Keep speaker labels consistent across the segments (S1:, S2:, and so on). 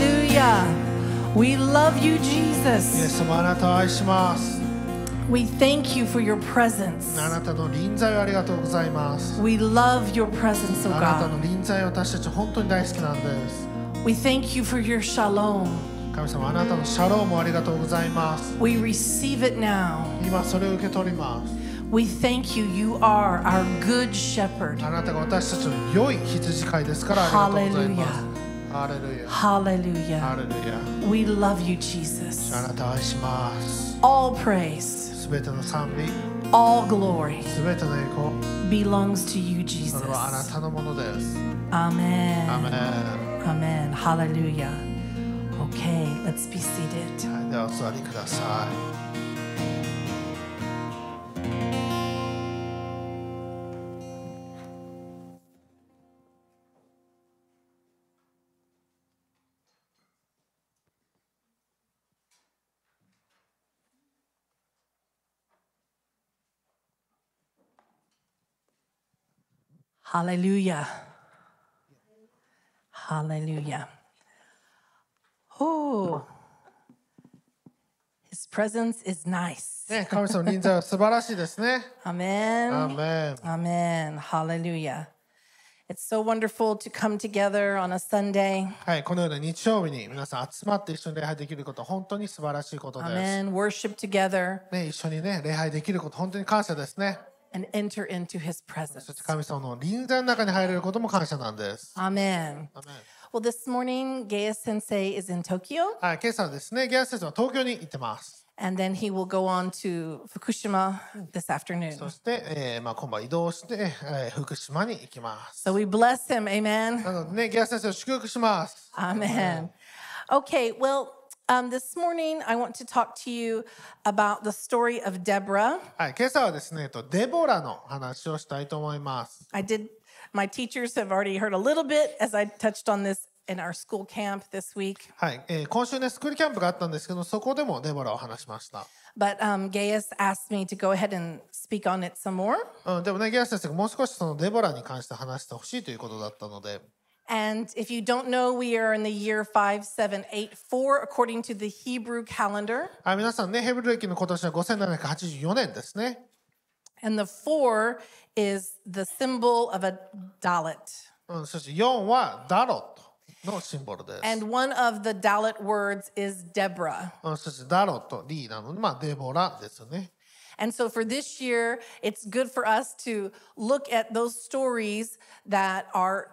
S1: Hallelujah. We love you,
S2: イエ
S1: Jesus.
S2: ス様あなたを愛します
S1: We thank you for your presence.
S2: あなたの臨在をありがとうございます
S1: We love your presence, oh
S2: あなた
S1: God.
S2: の臨在私たち本当に大好きなんです
S1: We thank you for your shalom.
S2: 神様あなたのシャローもありがとうございます
S1: We receive it now.
S2: 今それを受け取ります
S1: We thank you. You are our good shepherd.
S2: あなたが私たちの良い羊飼いですからありがとうございますハレルヤハ
S1: Hallelujah.
S2: レルヤ
S1: We love you, Jesus.
S2: あなたを愛します
S1: All praise,
S2: すべての賛美
S1: all glory
S2: すべての栄光
S1: belongs to you,
S2: そ
S1: Jesus.
S2: れはあなたのものですア
S1: Amen.
S2: メン、
S1: Amen.
S2: は
S1: Hallelujah. Okay, let's be seated.
S2: い、ではお座りください
S1: Hallelujah. Hallelujah. Oh, his presence is nice.
S2: ね、神様の臨在は素晴らしいですね。
S1: Amen.
S2: アーメン
S1: Amen. Hallelujah. It's so wonderful to come together on a Sunday.
S2: はい、このような日曜日に皆さん集まって一緒に礼拝できること、本当に素晴らしいことです。
S1: Amen. Worship together
S2: ね、一緒にね、礼拝できること、本当に感謝ですね。
S1: and enter into his presence.
S2: そして神様の臨在の中に入れることも感謝なんです。
S1: Amen.
S2: アーメン
S1: Well, this morning, Gaius Sensei is in Tokyo,
S2: はい、今朝はですね、ギャス先生は東京に行ってます。
S1: and then he will go on to Fukushima this afternoon.
S2: そして、えーまあ、今晩移動して、えー福島に行きます。
S1: So we bless him. Amen.
S2: なのでね、ギャス先生を祝福します。
S1: Amen. Okay, well, um, this morning I want to talk to you about the story of Deborah.
S2: はい、今朝はですね、えっとデボラの話をしたいと思います。
S1: I did, my teachers have already heard a little bit as I touched on this in our school camp this week,
S2: はい、えー今週ね、スクールキャンプがあったんですけど、そこでもデボラを話しました。
S1: but um, Gaius asked me to go ahead and speak on it some more.
S2: うん、でもね、ギアス先生がもう少しそのデボラに関して話してほしいということだったので、
S1: And if you don't know, we are in the year 5784 according to the Hebrew calendar.
S2: あ皆さんね、ヘブル歴の今年は5784年ですね。
S1: And the four is the symbol of a Dalit.
S2: うん、そして4はダロットのシンボルです。
S1: And one of the Dalit words is Deborah.
S2: うん、そしてダロット、リーなので、まあデボラです よね。
S1: And so for this year, it's good for us to look at those stories that are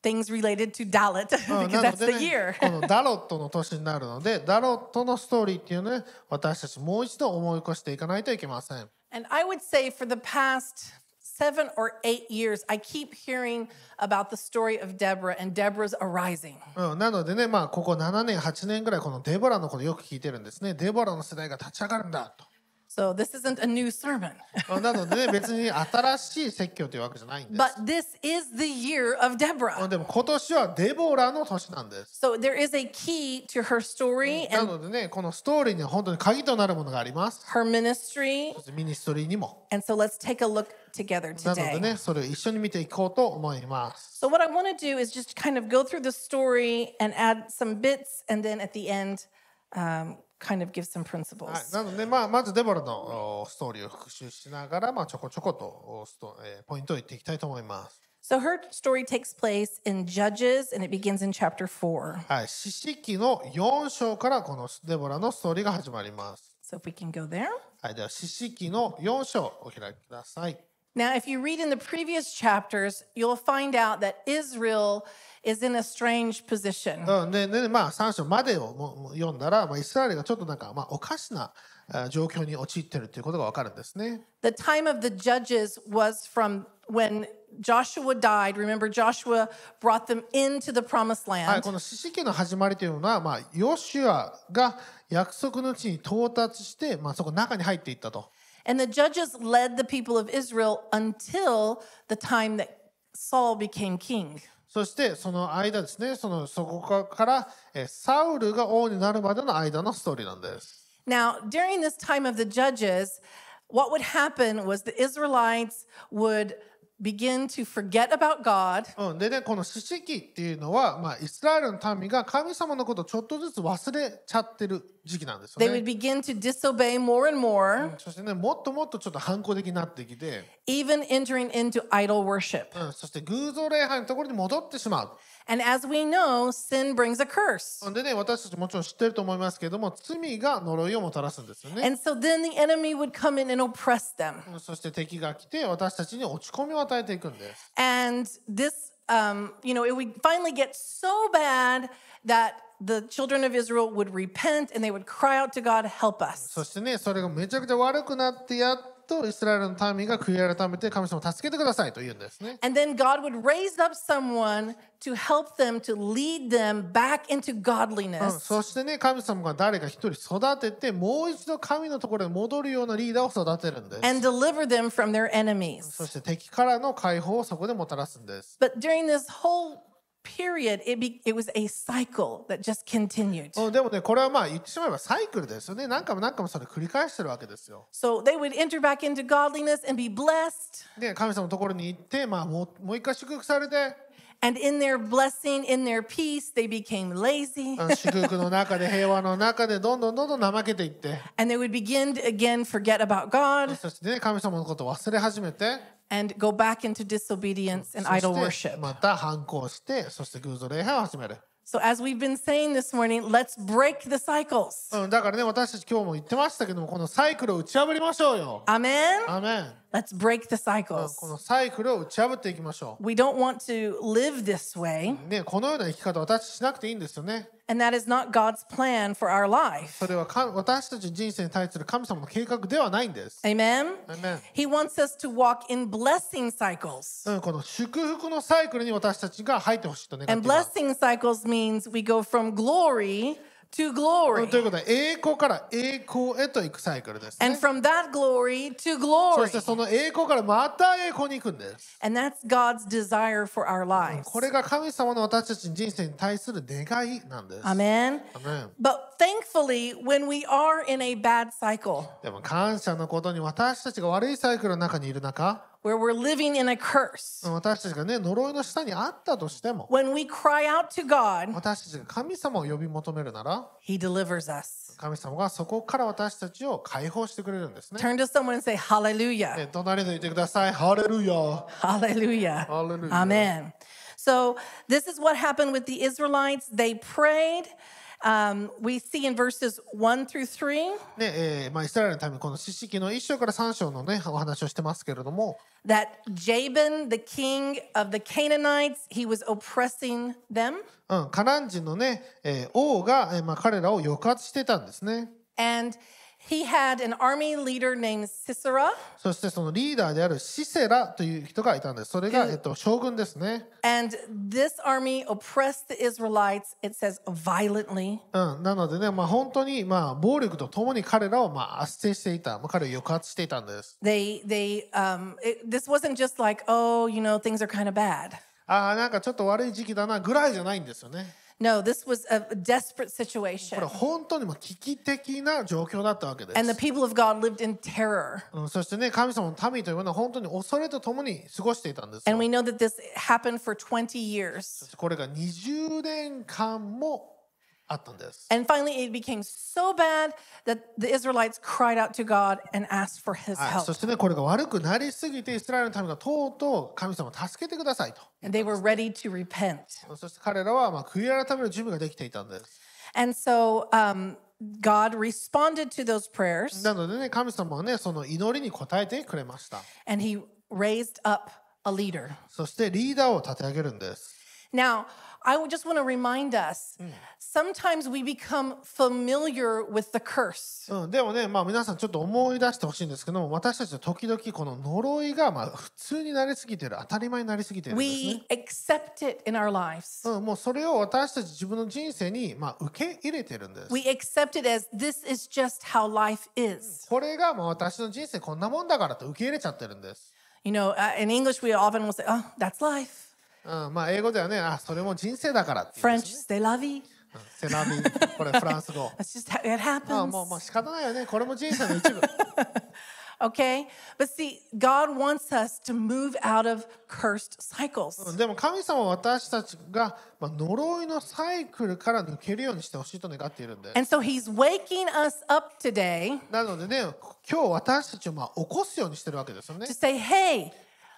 S1: things related to Dalit
S2: うん
S1: because
S2: なの
S1: that's
S2: で
S1: the
S2: ね
S1: year. 、
S2: このダロットの年になるので、ダロットのストーリーっていうのをね、私たちもう一度思い起こしていかないといけません。
S1: And I would say for the past seven or eight years, I keep hearing about the story of Deborah and Deborah's arising.
S2: うん、なのでね、まあ、ここ7年、8年ぐらい、このデボラのことよく聞いてるんですね。デボラの世代が立ち上がるんだと。
S1: So this isn't a new sermon,
S2: あなのでね、 別に新しい説教というわけじゃないんです。
S1: but this is the year of
S2: あ
S1: Deborah.
S2: でも今年はデボラの年なんです。
S1: So there is a key to her story
S2: な
S1: and
S2: のでね、このストーリーには本当に鍵となるものがあります。
S1: her ministry.
S2: ミニストリーにも。
S1: And so let's take a look together
S2: なので
S1: today.
S2: ね、それを一緒に見ていこうと思います。
S1: So, what I want to do is just kind of go through the story and add some bits, and then at the end, um, kind of give some
S2: はい
S1: principles.、
S2: なので、まあ、まずデボラのおストーリーを復習しながら、まあ、ちょこちょことおスト、えーポイントを言っていきたいと思います。
S1: So, her story takes place in Judges, and it begins in chapter four.
S2: はい、四式の4章からこのデボラのストーリーが始まります。
S1: So, if we can go there.
S2: はい、では四式の4章お開きください。
S1: Now, if you read in the previous chapters, you'll find out that Israel is in a strange position.
S2: うん、で、ね、まあ、3章までをもも読んだら、まあ、イスラエルがちょっとなんか、まあ、おかしなあ状況に陥ってるということがわかるんですね。
S1: The time of the judges was from when Joshua died. Remember, Joshua brought them into the promised
S2: はい、
S1: land.
S2: この四式の始まりというのは、まあ、ヨシュアが約束の地に到達して、まあ、そこ中に入っていったと。
S1: And the judges led the people of Israel until the time that Saul became king.
S2: そして、その間ですね、その、そこから、えーサウルが王になるまでの間のストーリーなんです。
S1: Now, during this time of the judges, what would happen was the Israelites would begin to forget about God
S2: うん、でねこの四式っていうのは、まあ、イスラエルの民が神様のことをちょっとずつ忘れちゃってる時期なんです
S1: they
S2: よ
S1: would
S2: ね。
S1: begin to disobey more and more
S2: そしてねもっともっとちょっと反抗的になってきて、
S1: even entering into idol worship
S2: うん、そして偶像礼拝のところに戻ってしま
S1: and as we know sin brings a curse
S2: う。でね私たちもちろん知ってると思いますけれども罪が呪いをもたらすんですよね。
S1: and so then the enemy would come in and oppress them
S2: うんそして敵が来て私たちに落ち込みを与えていくんです。
S1: And this, um, you know, it would finally get so bad that the children of Israel would repent and they would cry out to God, help us.
S2: そしてねそれがめちゃくちゃ悪くなってやっとイスラエルの民が悔い改めて神様助けてくださいと言うんですね。
S1: And then God would raise up someone to help them, to lead them back into
S2: うん
S1: godliness.
S2: そしてね神様が誰か一人育ててもう一度神のところに戻るようなリーダーを育てるんです
S1: And deliver them from their
S2: そ
S1: enemies.
S2: して敵からの解放をそこでもたらすんです
S1: But during this whole period, it, be, it was a cycle that just continued.
S2: うんでもねこれはまあ言ってしまえばサイクルですよね何回も何回もそれ繰り返してるわけですよ
S1: So they would enter back into godliness and be blessed.
S2: で神様のところに行って、まあ、もうもう一回祝福されて
S1: And in their blessing, in their peace, they became lazy.
S2: うん祝福の中 で平和の中でどんどんどんどん怠けていって
S1: And they would begin to again forget about God
S2: そしてね神様のことを忘れ始めて
S1: and go back into disobedience and
S2: そ
S1: idol
S2: して
S1: worship.
S2: また反抗してそして偶像礼拝を始める
S1: So, as we've been saying this morning, let's break the cycles.
S2: うん、だからね、私たち今日も言ってましたけども、このサイクルを打ち破りましょうよ。
S1: Amen?
S2: アメン。
S1: Let's break the
S2: こ
S1: cycles.
S2: のサイクルを打ち破っていきましょ
S1: We don't want to live this way,
S2: う。ね、このような生き方、私たちしなくていいんですよね。
S1: and that is not God's plan for our life.
S2: それはか私たちの人生に対する神様の計画ではないんです。
S1: Amen?
S2: Amen.
S1: He wants us to walk in blessing cycles.
S2: うん、この祝福のサイクルに私たちが入ってほしいと願ってい
S1: And
S2: ます。
S1: blessing cycles means we go from glory to
S2: うん
S1: glory,
S2: ということは、栄光から栄光へと行くサイクルです、
S1: and
S2: ね。
S1: from that glory to
S2: そ
S1: glory.
S2: してその栄光からまた栄光に行くんです。
S1: And that's God's desire for our lives.
S2: これが神様の私たちの人生に対する願いなんで
S1: Amen.
S2: す。アメン
S1: But thankfully, when we are in a bad cycle
S2: でも感謝のことに私たちが悪いサイクルの中にいる中
S1: where we're living in a curse,
S2: 私たちがね呪いの下にあったとしても
S1: when we cry out to God,
S2: 私たちが神様を呼び求めるなら
S1: He delivers us.
S2: 神様がそこから私たちを解放してくれるんですね。
S1: Turn to someone and say, Hallelujah.
S2: ね隣で言ってください。ハレルヤ
S1: Hallelujah.
S2: Hallelujah.
S1: Amen. So, this is what happened with the Israelites. They prayed. Um, we see in verses one through three
S2: ねえーまあ、イスラエルの民この四式の1章から3章のねお話をしてますけれども
S1: that Jabin, the king of the Canaanites, he was oppressing them.
S2: うん、カナン人のね、えー王が、えーまあ、彼らを抑圧してたんですね。
S1: And he had an army leader named Sisera,
S2: そしてそのリーダーであるシセラという人がいたんです。それが、えっと、将軍ですね。
S1: and this army oppressed the Israelites, it says violently.
S2: うん、なのでね、まあ、本当に、まあ、暴力とともに彼らを、まあ、圧制していた、まあ、彼を抑圧していたんです。
S1: They, they, um, it, this wasn't just like, oh, you know, things are kind of bad.
S2: ああ、なんかちょっと悪い時期だなぐらいじゃないんですよね。
S1: No, this was a desperate
S2: こ
S1: situation.
S2: れ本当にもう危機的な状況だったわけで
S1: And the
S2: す。
S1: people of God lived in terror.
S2: うん、そしてね、神様の民というものは本当に恐れとともに過ごしていたんです
S1: And
S2: よ。
S1: we know that this happened for 20 years.
S2: これが20年間もあったんです。
S1: And finally, it became so bad that the Israelites cried out to God and asked for his
S2: はい、
S1: help.
S2: そしてね、これが悪くなりすぎて、イスラエルの民がとうとう神様を助けてくださいと。
S1: And they were ready to repent.
S2: そして彼らは、まあ、悔い改める準備ができていたんです。
S1: And so um, God responded to those prayers
S2: なのでね、神様はね、その祈りに応えてくれました。
S1: and he raised up a leader.
S2: そしてリーダーを立て上げるんです。
S1: Now, I would just want to remind us sometimes we become familiar with the curse.
S2: うん、でもね、まあ皆さんちょっと思い出してほしいんですけども、私たちは時々この呪いがまあ普通になりすぎてる、当たり前になりすぎてるんですね
S1: We。accept it in our lives.
S2: うん、もうそれを私たち自分の人生にまあ受け入れてるんです。
S1: We accept it as this is just how life is.
S2: これがまあ私の人生こんなもんだからと受け入れちゃってるんです。
S1: You know, uh, in English, we often will say, oh, that's life.
S2: うん、まあ英語ではね、あ、それも人生だからっていうんです
S1: French, c'est la vie.
S2: うんセラビ、これフランス語。
S1: That's just how it
S2: あ
S1: happens.
S2: もうもう仕方ないよね。これも人生の一部。
S1: Okay? But see, God wants us to move out of cursed cycles.
S2: でも神様は私たちが、まあ、呪いのサイクルから抜けるようにしてほしいと願っているんで
S1: And so he's waking us up today
S2: なのでね今日私たちをまあ起こすようにしてるわけですよね
S1: to say, hey,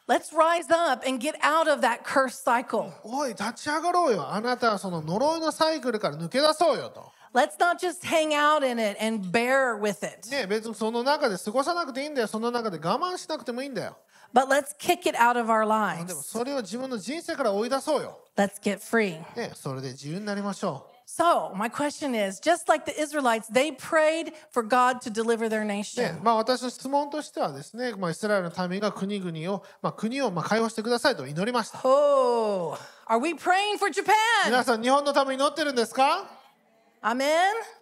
S1: let's rise up and get out of that cursed cycle.
S2: おい立ち上がろうよあなたはその呪いのサイクルから抜け出そうよと
S1: Let's not just hang out in it and bear with it,
S2: ね別にその中で過ごさなくていいんだよその中で我慢しなくてもいいんだよ
S1: but let's kick it out of our
S2: でも
S1: lives.
S2: それを自分の人生から追い出そうよ、
S1: Let's get free.
S2: ね、それで自由になりましょ
S1: So, my question is just like the Israelites, they prayed for God to deliver their
S2: う、ね
S1: nation.
S2: まあ、私の質問としてはですね、まあ、イスラエルの民が国々を、まあ、国をまあ解放してくださいと祈りました
S1: Oh, are we praying for
S2: 皆
S1: Japan?
S2: さん日本のために祈ってるんですか
S1: Amen.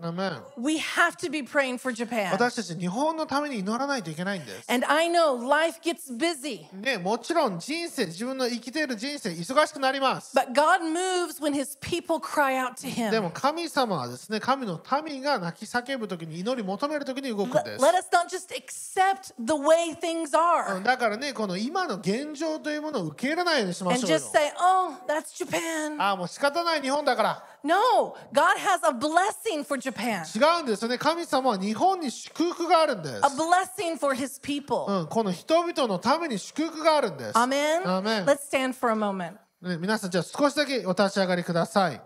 S2: アーメン
S1: We have to be praying for Japan.
S2: 私たち日本のために祈らないといけないんです。
S1: And I know life gets busy,
S2: ね、もちろん人生自分の生きている人生忙しくなります。
S1: but God moves when his people cry out to
S2: で
S1: him.
S2: も神様はですね神の民が泣き叫ぶ時に祈り求める時に動くん
S1: Let,
S2: です
S1: let us not just accept the way things are
S2: だからねこの今の現状というものを受け入れないようにしま
S1: and
S2: しょうよ
S1: just say, oh, that's Japan.
S2: ああもう仕方ない日本だから
S1: No, God has a blessing for Japan,
S2: 違うんですよね神様は日本に祝福があるんです
S1: a blessing for his people.
S2: うん、この人々のために祝福があるんです
S1: Amen.
S2: Amen.
S1: Let's stand for a moment.
S2: ね、皆さんじゃあ少しだけお立ち上がりください、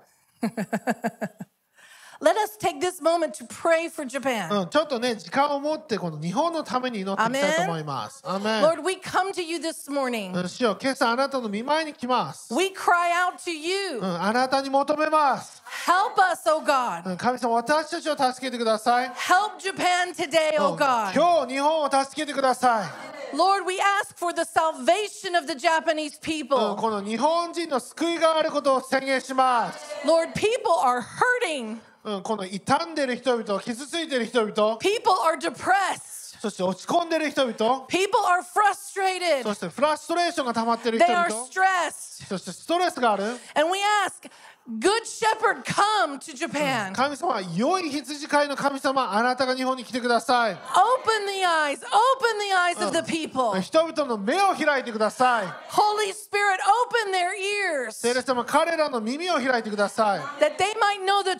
S1: Let us take this moment to pray for Japan.
S2: うん、ちょっとね時間を持ってこの日本のために祈っていきたいと思いますアーメン
S1: Lord, we come to you this morning.
S2: うん主よ今朝あなたの見舞いに来ます、
S1: We cry out to you.
S2: うん、あなたに求めます、
S1: Help us, oh God.
S2: うん、神様私たちを助けてください
S1: Help Japan today,
S2: う
S1: oh
S2: ん
S1: God.
S2: 今日日本を助けてください、
S1: Lord, we ask for the salvation of the Japanese
S2: うん、
S1: people.
S2: この日本人の救いがあることを宣言します、
S1: Lord, people are hurting,
S2: うん、この傷んでる人々傷ついてる人々
S1: people are depressed,
S2: そして落ち込んでる人々
S1: people are frustrated,
S2: そしてフラストレーションが溜まってる
S1: they
S2: 人
S1: are
S2: 々
S1: stressed.
S2: そしてストレスがある
S1: And we ask, Good Shepherd, come to Japan.
S2: 神様良い羊飼いの神様あなたが日本に来てください
S1: Open the eyes, open the eyes of the people.
S2: 人々の目を開いてください
S1: Holy Spirit, open their ears
S2: 聖霊様彼らの耳を開いてください
S1: that they might know the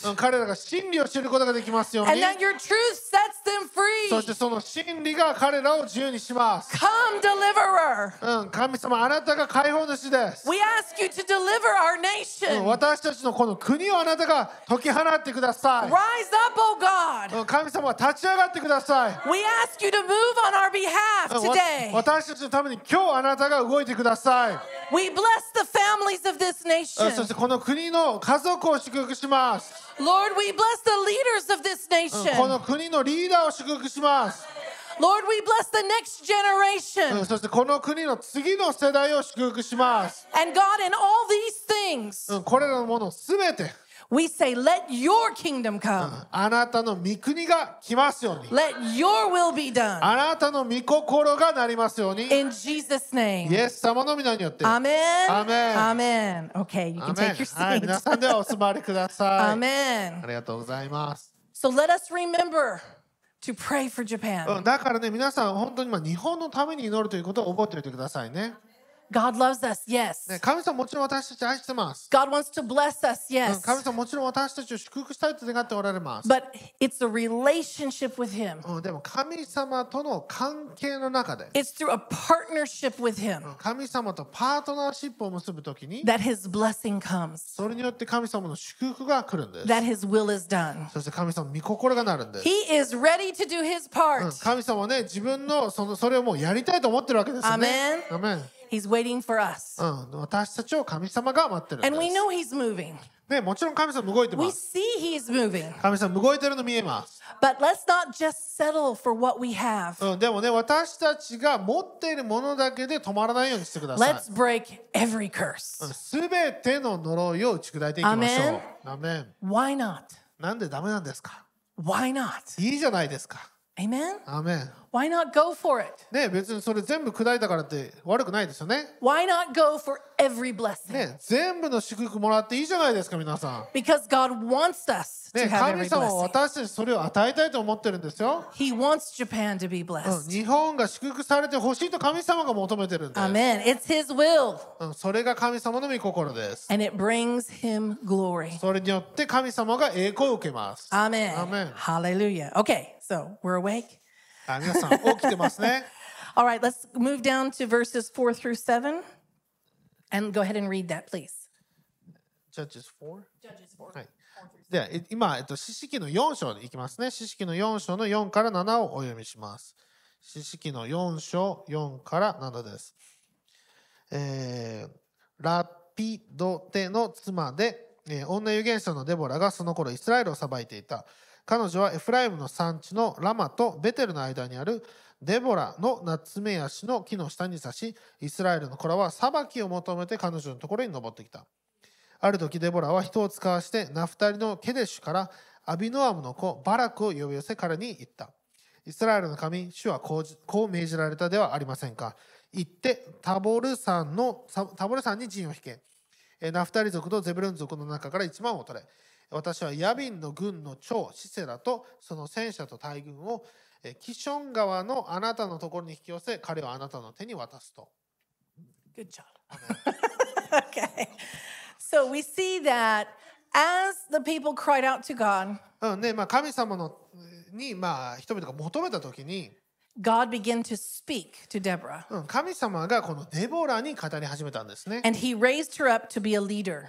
S1: truth
S2: うん彼らが真理を知ることができますように
S1: and that your truth sets them
S2: そして
S1: free.
S2: その真理が彼らを自由にします、
S1: Come, deliverer.
S2: うん、神様あなたが解放主です、
S1: We ask you to deliver our
S2: うん
S1: nation.
S2: 私たちのこの国をあなたが解き放ってくだ
S1: Rise
S2: さ
S1: up, O
S2: い、
S1: God.
S2: うん、神様立ち上がってください
S1: We ask you to move on our
S2: う
S1: behalf
S2: んわ
S1: today.
S2: 私たちのために今日あなたが動いてください、
S1: We bless the families of this
S2: うんそ
S1: nation.
S2: してこの国の家族を祝福します、
S1: Lord, we bless the leaders of this
S2: うんこの
S1: nation.
S2: 国のリーダーを祝福します、
S1: Lord, we bless the next
S2: うん
S1: generation.
S2: そしてこの国の次の世代を祝福します、
S1: And God, in all these things,
S2: うんこれらのものすべて
S1: we say, let your kingdom come.
S2: あなたの御国が来ますように
S1: Let your will be done.
S2: あなたの御心がなりますようにイ
S1: In Jesus' name.
S2: エス様の皆によって
S1: Amen.
S2: Amen.
S1: Amen. Okay, you
S2: アー
S1: can
S2: メ
S1: take your
S2: ンはい皆
S1: seats.
S2: さんではお座りください
S1: Amen.
S2: ありがとうございます、
S1: So let us remember to pray for
S2: う
S1: Japan.
S2: んだからね皆さん本当にまあ日本のために祈るということを覚えておいてくださいね
S1: God loves us,
S2: ね
S1: yes.
S2: 神様もちろん私たち愛してます
S1: God wants to bless us,
S2: うん
S1: yes.
S2: 神様もちろん私たちを祝福したいと願っておられます
S1: But it's a relationship with Him,
S2: うんでも神様との関係の中で
S1: it's through a partnership with Him
S2: 神様とパートナーシップを結ぶときに
S1: that His blessing comes,
S2: それによって神様の祝福が来るんです
S1: that His will is done.
S2: そして神様の御心がなるんです
S1: He is ready to do His part.
S2: 神様はね自分のそのそれをもうやりたいと思ってるわけですよね。アメン
S1: He's waiting for us.
S2: うん、私たちを神様が待ってるん
S1: And
S2: で
S1: we
S2: す。
S1: know He's moving.
S2: ね、もちろん神様動いてま
S1: We
S2: す。
S1: see He's moving.
S2: 神様動いてるの見えます。
S1: But let's not just settle for what we have.
S2: うん、でもね私たちが持っているものだけで止まらないようにしてください
S1: Let's。break every curse.
S2: すべての呪いを打ち砕いていきましょう。アメン
S1: Why not?
S2: なんでダメなんですか
S1: Why not?
S2: いいじゃないですか。
S1: Amen?
S2: アーメン
S1: Why not go for it?
S2: ね別にそれ全部砕いたからって悪くないですよね
S1: Why not go for every blessing?
S2: ね全部の祝福もらっていいじゃないですか皆さ
S1: Because God wants us
S2: ん
S1: to
S2: ね
S1: have every
S2: 神様は
S1: blessing.
S2: 私たちそれを与えたいと思ってるんですよ
S1: He wants Japan to be
S2: うん
S1: blessed.
S2: 日本が祝福されてほしいと神様が求めてるんです
S1: Amen. It's His will,
S2: うんそれが神様の御心です。
S1: and it brings Him glory.
S2: それによって神様が栄光を受けます。
S1: Amen.
S2: Amen.
S1: Hallelujah. Okay, so we're awake.
S2: あ皆さん、起きてます ね。
S1: All right, let's move down to verses four through seven, and go ahead and read that, please.
S2: Judges 4?
S1: Judges 4.
S2: はい。では、え今、えっと、四式の4章に行きますね。四式の4章の4から7をお読みします。四式の4章4から7です。えーラピドテの妻で、えー女預言者のデボラがその頃イスラエルを裁いていた。彼女はエフライムの産地のラマとベテルの間にあるデボラのナツメヤシの木の下に刺し、イスラエルの子らは裁きを求めて彼女のところに登ってきた。ある時デボラは人を使わしてナフタリのケデシュからアビノアムの子バラクを呼び寄せ彼に言った。イスラエルの神、主はこうじこう命じられたではありませんか。行ってタボル山のタタボル山に陣を引け。えーナフタリ族とゼブルン族の中から1万を取れ。私はヤビンの軍の長シセラとその戦車と大軍をえーキション川のあなたのところに引き寄せ彼をあなたの手に渡すと。
S1: Good job. okay. So we see that as the people cried out to God,
S2: うんねまあ、神様のに、まあ、人々が求めた時に、
S1: God began to speak to Deborah,
S2: うん、神様がこのデボラに語り始めたんですね
S1: and he raised her up to be a leader.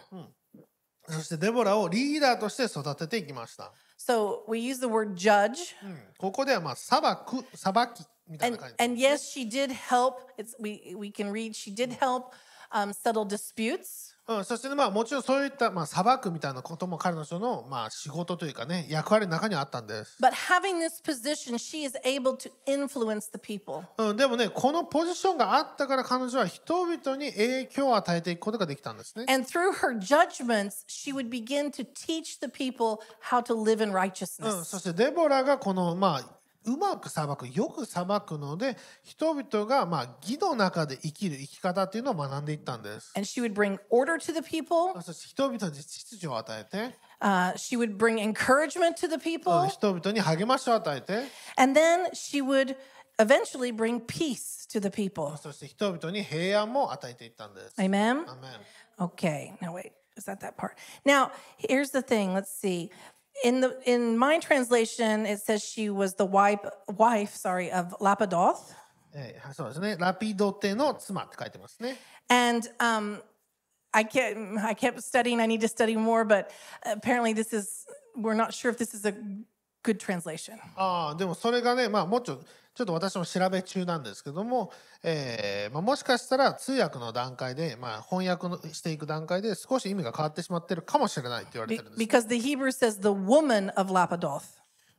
S2: そしてデボラをリーダーとして育てていきました、
S1: So we use the word judge,
S2: うん、ここではまあ裁く裁きみたい
S1: and
S2: な感
S1: and
S2: じ
S1: yes, she did help. It's we we can read she did help um, settle disputes,
S2: うん、そしてねまあもちろんそういった、まあ、裁くみたいなことも彼女の、まあ、仕事というかね役割の中にはあったんです、
S1: but having this position, she is able to influence the people.
S2: うん、でもねこのポジションがあったから彼女は人々に影響を与えていくことができたんですね
S1: And through her judgments, she would begin to teach the people how to live in
S2: うん、
S1: righteousness.
S2: そしてデボラがこのまあうまく裁くよく裁くので人々がまあ義の中で生きる生き方っていうのを学んでいったんです
S1: And she would bring order to the people.
S2: そして人々に秩序を与えて
S1: Uh, she would bring encouragement to the
S2: うん
S1: people.
S2: 人々に励ましを与えて
S1: And then she would eventually bring peace to the people.
S2: そして人々に平安も与えていったんです
S1: Amen?
S2: アーメン
S1: Okay. Now, wait. Is that that part? Now, here's the thing. Let's see. In the in my translation, it says she was the wife wife sorry of Lapidoth,
S2: えーそうですねラピドテの妻って書いてますね
S1: and um, I kept I kept studying. I need to study more, but apparently this is we're not sure if this is a good translation.
S2: ああでもそれがねまあもうちょちょっと私も調べ中なんですけども、えーまあ、もしかしたら通訳の段階で、まあ、翻訳のしていく段階で少し意味が変わってしまってるかもしれないって言われ
S1: Be-
S2: てるんです。
S1: because the Hebrew says the woman of Lapidoth.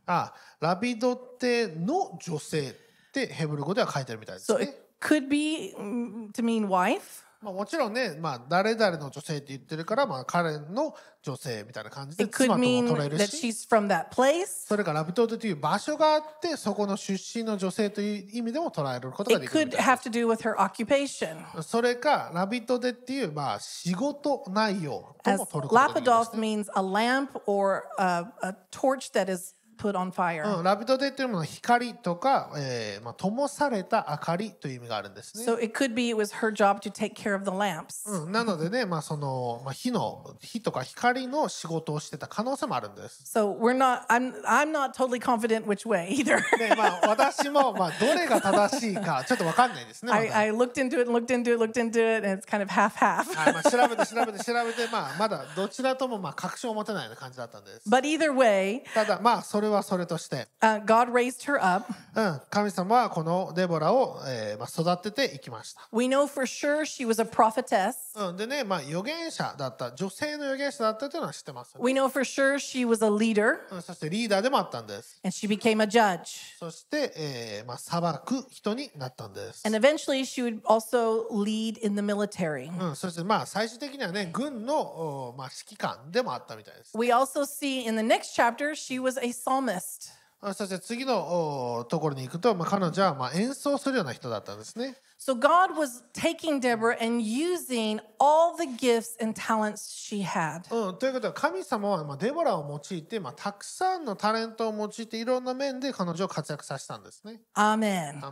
S2: あラビドテの女性ってヘブル語では書いてるみたいです
S1: So
S2: ね
S1: it。could be mm, to mean wife.
S2: まあ、もちろんね、まあ、誰々の女性って言ってるから、まあ、彼の女性みたいな感じで
S1: It could
S2: 妻とも
S1: mean
S2: 取れる
S1: that
S2: し
S1: she's from that place.
S2: それからラビドテという場所があってそこの出身の女性という意味でも捉えることが
S1: It
S2: できるみ
S1: could
S2: たいです
S1: have to do with her occupation.
S2: それか、ラビットデっていう、まあ、仕事内容と
S1: As
S2: も取ることができます、
S1: Lapidoth means a lamp or a, a torch that is put on fire.
S2: うんラビットデっていうのは光とか、えーまあ、灯された明かりという意味があるんですね。
S1: So it could be it was her job to take care of the lamps.
S2: うんなのでね、まあ、その、まあ、火の、火とか光の仕事をしてた可能性もあるんです。
S1: So we're not. I'm. I'm not totally confident which way either.
S2: で、まあ、私も、まあ、どれが正しいか、ちょっとわかんないですね。ま
S1: I,
S2: だ
S1: I looked into it and looked into it, looked into it, and it's kind of half half.
S2: はいまあ、調べて調べて調べて、まあ、まだどちらとも、まあ、確証を持てないような感じだったんです。
S1: But either way,
S2: ただ、まあ、それはそれとして、
S1: uh, God raised her up.
S2: うん、神様はこのデボラを、えーまあ、育てていきました。
S1: We know for sure she was a prophetess.
S2: うん、でね、まあ、預言者だった、女性の預言者だったというのは知ってますよね、
S1: We know for sure she was a leader,
S2: うんそしてリーダーでもあったんです。
S1: and she became a judge.
S2: そして、えーまあ、裁く人になったんです。
S1: And eventually, she would also lead in the military.
S2: うん、そして、まあ、最終的にはね、軍の、おまあ、指揮官でもあったみたいです。
S1: We also see in the next chapter she was a psalmist.
S2: うんあそして次のおところに行くと、まあ、彼女はまあ演奏するような人だったんですね。
S1: So God was taking Deborah and using all the gifts and talents she had.
S2: うん、ということは神様はまあデボラを用いて、まあ、たくさんのタレントを用いていろんな面で彼女を活躍させたんですね。
S1: Amen.
S2: アーメン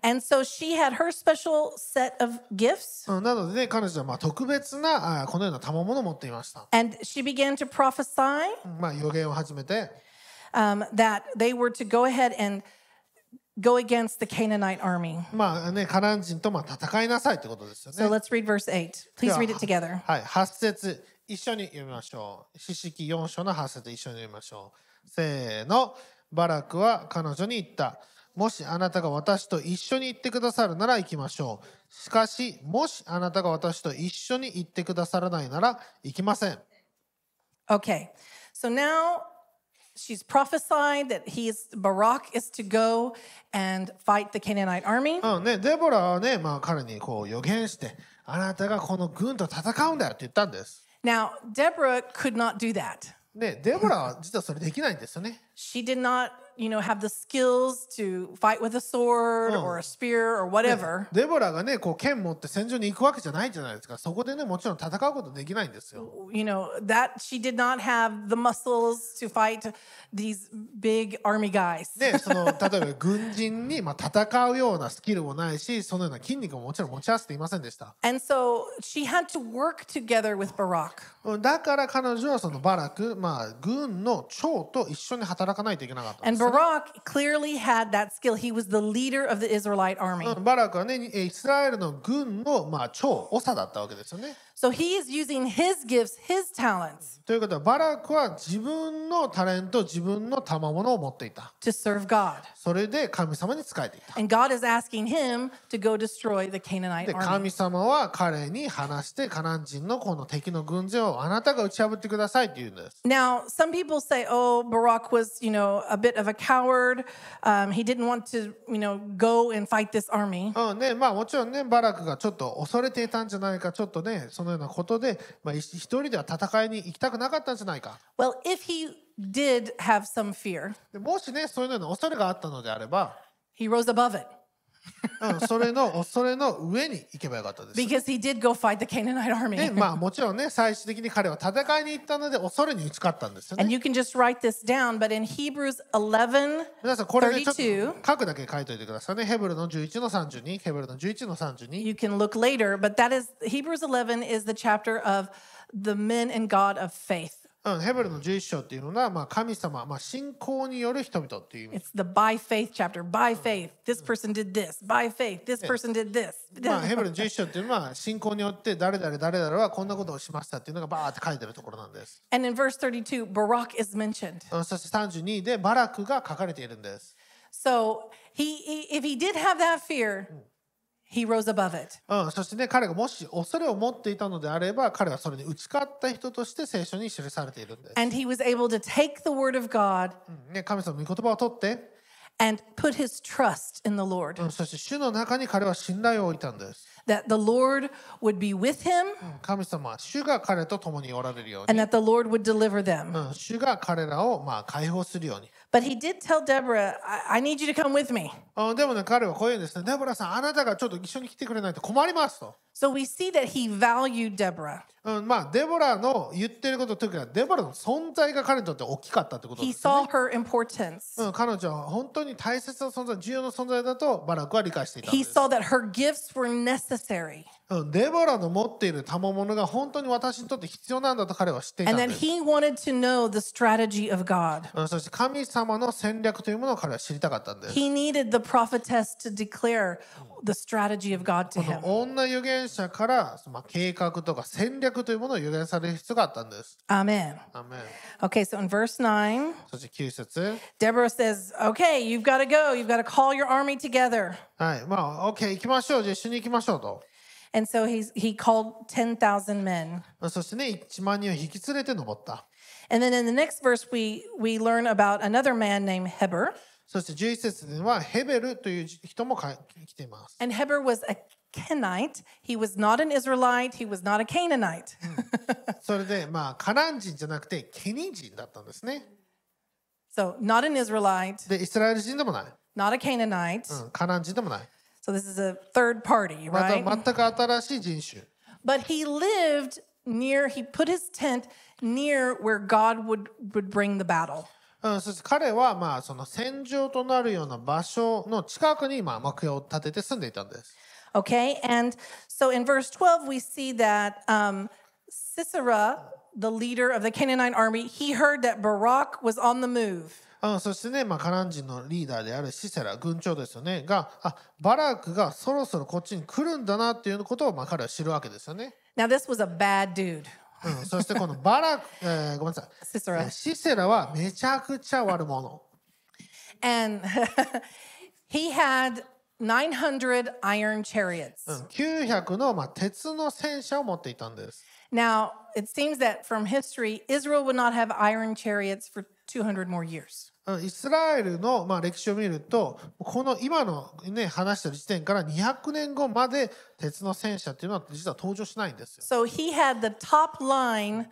S1: And so she had her special set of gifts
S2: うんなのでね、彼女はまあ特別なあーこのような賜物を持っていました。
S1: and she began to prophesy
S2: まあ、予言を始めて、
S1: um, that they were to go ahead and go against the Canaanite army.
S2: まあね、カナン人とまあ戦いなさいってことですよ
S1: So
S2: ね。
S1: let's read verse 8. Please
S2: Mm. Yeah.
S1: read it together.
S2: はい、8節一緒に読みましょう。四式4章の8節一緒に読みましょう。せーの。バラクは彼女に言った。もしあなたが私と一緒に行ってくださるなら行きましょう。しかし、もしあなたが私と一緒に行ってくださらないなら行きません。
S1: Okay. So now she's prophesied that he is Barak is to go and fight the Canaanite army.
S2: うんね、デボラはね、まあ、彼にこう予言して、あなたがこの軍と戦うんだよって言ったんです。
S1: Now, Deborah could not do that.
S2: で、デボラは実はそれできないんですよね。
S1: She did not, you know, have the skills to fight with a sword or a spear or whatever.
S2: デボラがね、こう剣持って戦場に行くわけじゃないじゃないですか。そこでね、もちろん戦うことできないんですよ。
S1: You know, that she did not have the muscles to fight these big army guys.
S2: で、その、例えば軍人に、まあ、戦うようなスキルもないし、そのような筋肉ももちろん持ち合わせていませんでした。
S1: And so she had to work together with Barak.
S2: うんだから彼女はそのバラク、まあ、軍の長と一緒に働かないといけなかったん
S1: And
S2: ですよね、
S1: Barak clearly had that skill. He was the leader of the Israelite army.
S2: うんバラクはね、イスラエルの軍の、まあ、長、長だったわけですよね。
S1: So he is using his gifts, his talents
S2: ということは、バラクは自分のタレント、自分の賜物を持っていた。
S1: to serve God.
S2: それで神様に仕えていた。
S1: And God is asking him to go destroy the Canaanite
S2: で
S1: army.
S2: 神様は彼に話してカナン人のこの敵の軍勢をあなたが打ち破ってくださいって言うんです。
S1: Now, some people say, oh, Barak was, you know, a bit of a coward. Um, he didn't want to, you know, go and fight this army.
S2: うんねまあ、もちろんねバラクがちょっと恐れていたんじゃないかちょっとねそのようなことで、まあ、一一人では戦いに行きたくなかったんじゃないか
S1: Well, if he did have some fear,
S2: でもしねそういうような恐れがあったのであれば、
S1: he rose above it
S2: うん、それの恐れの上に行けばよかったです。
S1: because he did go fight the Canaanite
S2: ね
S1: army.
S2: まあ、もちろんね最終的に彼は戦いに行ったので恐れに打ち勝ったんですよね
S1: And。you can just write this down, but in Hebrews 11,
S2: 皆さんこれでちょっ
S1: 32
S2: と書くだけ書いておいてくださいね。ヘブルの11の32、ヘブルの11の32。
S1: you can look later, but that is Hebrews 11 is the chapter of the men and God of faith.
S2: うん、ヘブルの11章っていうのは、まあ、神様、まあ、信仰による人々っていう意味。
S1: It's the by faith chapter. By faith, this person did this. By faith, this person did this.
S2: まあ、ヘブルの11章っていうのは信仰によって誰々誰々はこんなことをしましたっていうのがバーって書いてるところなんです。
S1: And in verse 32, Barak is mentioned.
S2: うんそして32でバラクが書かれているんです。
S1: So he, he if he did have that fear, he rose above it.
S2: うん、そしてね彼がもし恐れを持っていたのであれば彼はそれに打ち勝った人として聖書に記されているんです。
S1: And he was able to take the word of God
S2: うんね、神様の御言葉を取って、
S1: and put his trust in the Lord,
S2: うん、そして主の中に彼は信頼を置いたんです。
S1: that the Lord would be with him
S2: 神様、主が彼と共におられるよう
S1: and
S2: に、
S1: that the Lord would deliver them.
S2: うん、主が彼らをまあ解放するように。
S1: But he did tell Deborah, I, I need you to come with me.
S2: うんでもね、彼はこう言うんですね。デボラさん、あなたがちょっと一緒に来てくれないと困りますと。
S1: So we see that he valued Deborah.
S2: うん、まあ、デボラの言ってることというか、デボラの存在が彼にとって大きかったってこと
S1: He
S2: です
S1: saw
S2: よね。
S1: her importance.
S2: うん、彼女は本当に大切な存在、重要な存在だとバラクは理解していたん
S1: He
S2: です。
S1: saw that her gifts were necessary
S2: うん、デボラの持っている賜物が本当に私にとって必要なんだと彼は知っていたん
S1: and that
S2: です。
S1: he wanted to know the strategy of God.
S2: うん、そして神様の戦略というものを彼は知りたかったんです。
S1: He needed the prophetess to declare the strategy of God to him.
S2: 女預言者から、まあ、計画とか戦略というものを預言される必要があったんです。
S1: Amen.
S2: アーメン
S1: Okay, so in verse 9,
S2: そして9節
S1: Deborah says, Okay, you've got to go. You've got to call your army together.
S2: はい、まあ、OK、行きましょう。じゃあ一緒に行きましょうと。
S1: And so he's, he called 10,000 men.
S2: まあそしてね、1万人を引き連れて登った。
S1: And then in the next verse, we we learn about another man named Heber,
S2: そして11節にはヘベルという人もか来ています。
S1: and Heber was a Kenite. He was not an Israelite. He was not a Canaanite.
S2: それで、まあ、カナン人じゃなくてケニ人だったんですね。
S1: So, not an Israelite,
S2: で、イスラエル人でもない。
S1: not a Canaanite.
S2: うん、カナン人でもない。
S1: So, this is a third party,
S2: また
S1: right?
S2: 全く新しい人種。
S1: But he lived near, he put his tent near where God would, would bring the battle.
S2: うん、そして彼はまあその戦場となるような場所の近くにまあ目標を立てて住んでいたんです。
S1: Okay, and so in verse 12, we see that um, Sisera, the leader of the Canaanite army, he heard that Barak was on the move.
S2: うん、そしてね、まあ、カナン人のリーダーであるシセラ軍長ですよねがあバラクがそろそろこっちに来るんだなっていうことをまあ彼は知るわけですよね。
S1: Now, this was a bad dude,
S2: うん、そしてこのバラク、えーごめんなさい
S1: Sisera.
S2: シセラはめちゃくちゃ悪者。
S1: And he had 900 iron chariots.
S2: うん、900のまあ鉄の戦車を持っていたんです。
S1: Now, it seems that from history, Israel would not have iron chariots for 200 more years.
S2: うんイスラエルの、まあ、歴史を見るとこの今の、ね、話してる時点から200年後まで鉄の戦車っていうのは実は登場しないんですよ。
S1: So he had the top line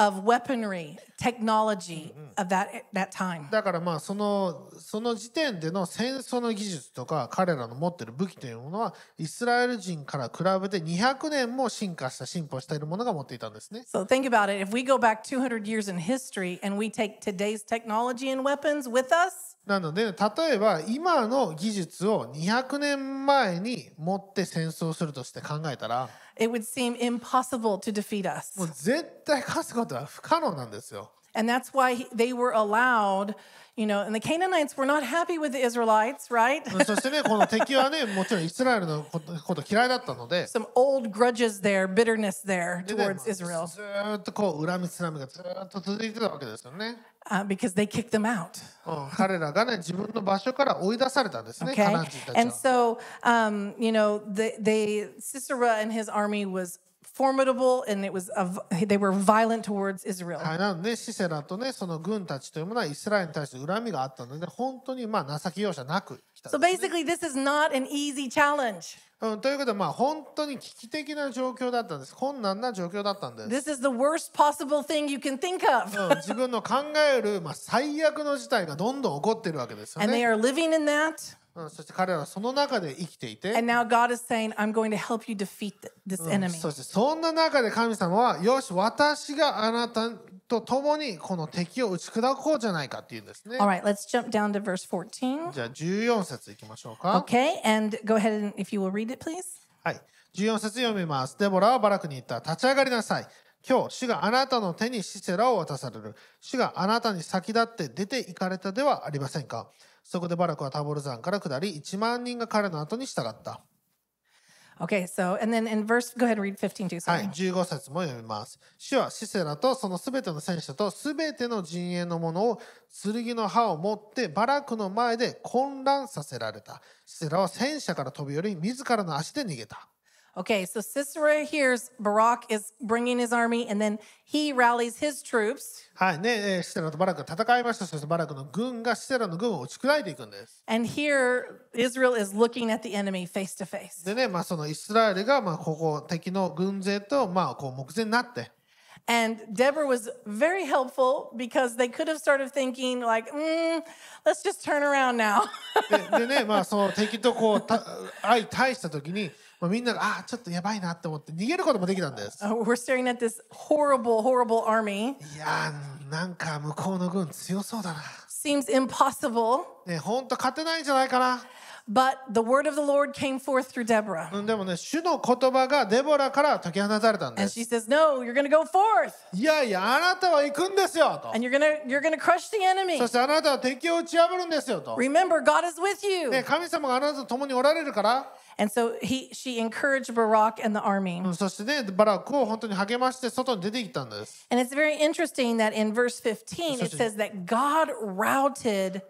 S1: of weaponry technology of that, that time.
S2: だからまあそのその時点での戦争の技術とか彼らの持ってる武器というものはイスラエル人から比べて200年も進化した進歩しているものが持っていたんですね。
S1: So think about it. If we go back 200 years in history and we take today's technology and weapons with us,
S2: なので例えば今の技術を200年前に持って戦争するとして考えたら
S1: it would seem impossible to defeat us.
S2: もう絶対勝つことは不可能なんですよ。
S1: And that's why he- they were allowed, you know, and the Canaanites were not happy with the Israelites, right?
S2: うんそしてね、この敵はね、 もちろんイスラエルのことこと嫌いだったので、
S1: Some old grudges there, bitterness there
S2: でね
S1: towards
S2: まあ
S1: Israel
S2: ずーっとこう恨みつらみがずーっと続いてたわけですよね。
S1: uh, because they kicked them out.
S2: うん、彼らがね、自分の場所から追い出されたんですね、カ
S1: Okay.
S2: ナン人たち
S1: And
S2: は。
S1: so, um, you know, the, they, Sisera and his army was formidable and it was, a, v- they were violent towards Israel.
S2: はい、なので、シセラとね、その軍たちというものはイスラエルに対して恨みがあったので、本当にまあ情け容赦なく来た
S1: So
S2: んです、
S1: basically, this is not an easy challenge.
S2: うん。ということで、まあ本当に危機的な状況だったんです。困難な状況だったんです。
S1: This is the worst possible thing you can think of.
S2: うん自分の考える、まあ、最悪の事態がどんどん起こってるわけですよ
S1: And
S2: ね
S1: they。are living in that.
S2: うん、そして彼らはその中で生きていて、
S1: And now God is saying, I'm going to help you defeat th- this enemy.
S2: そしてそんな中で神様はよし私があなたと共にこの敵を打ち砕こうじゃないかっていうんですね
S1: All。right, let's jump down to verse 14.
S2: じゃあ14節いきましょうか。
S1: Okay, and go ahead and if you will read it, please.
S2: はい。14節読みます。デボラはバラクに言った。立ち上がりなさい。今日、主があなたの手にシセラを渡される。主があなたに先立って出て行かれたではありませんか。そこでバラクはタボル山から下り、1万人が彼の後に従った。
S1: Okay, so and then in verse, go ahead and read 15 too.
S2: はい、
S1: Sorry.
S2: 15節も読みます。主はシセラとそのすべての戦車とすべての陣営のものを剣の刃を持ってバラクの前で混乱させられた。シセラは戦車から飛び降り、自らの足で逃げた。
S1: Okay, so Sisera hears Barak is bringing his army, and then he rallies his troops
S2: はいね、えーシセラとバラクが戦いました。そしてバラクの軍がシセラの軍を打ち砕いていくんです。
S1: And here, Israel is looking at the enemy face to face.
S2: でね、まあ、そのイスラエルが、まあ、ここ敵の軍勢と、まあ、こう目前になって、
S1: And Deborah was very helpful because they could have started thinking, like, mm, let's just turn around now.
S2: ででね、まあ、その敵とこうた相対した時に、まあ、みんながあーちょっとやばいなって思って逃げることもできたんです。
S1: Uh, We're staring at this horrible, horrible army.
S2: いやーなんか向こうの軍強そうだな。
S1: Seems impossible,
S2: ね、ほんと勝てないんじゃないかな。
S1: but the word of the Lord came forth through Deborah.
S2: うんでもね、主の言葉がデボラから解き放たれたんで
S1: And
S2: す。
S1: she says, No, you're going to go forth
S2: いやいや、あなたは行くんですよと。
S1: and you're going to you're going to crush the enemy.
S2: そしてあなたは敵を打ち破るんですよと。
S1: Remember, God is with you.
S2: ね、神様があなたと共におられるから、
S1: And so he she encouraged Barak and the army.
S2: うんそしてね、バラクを本当に励まして外に出てきたんです。
S1: And it's very interesting that in verse 15, it
S2: Such a-
S1: says that God routed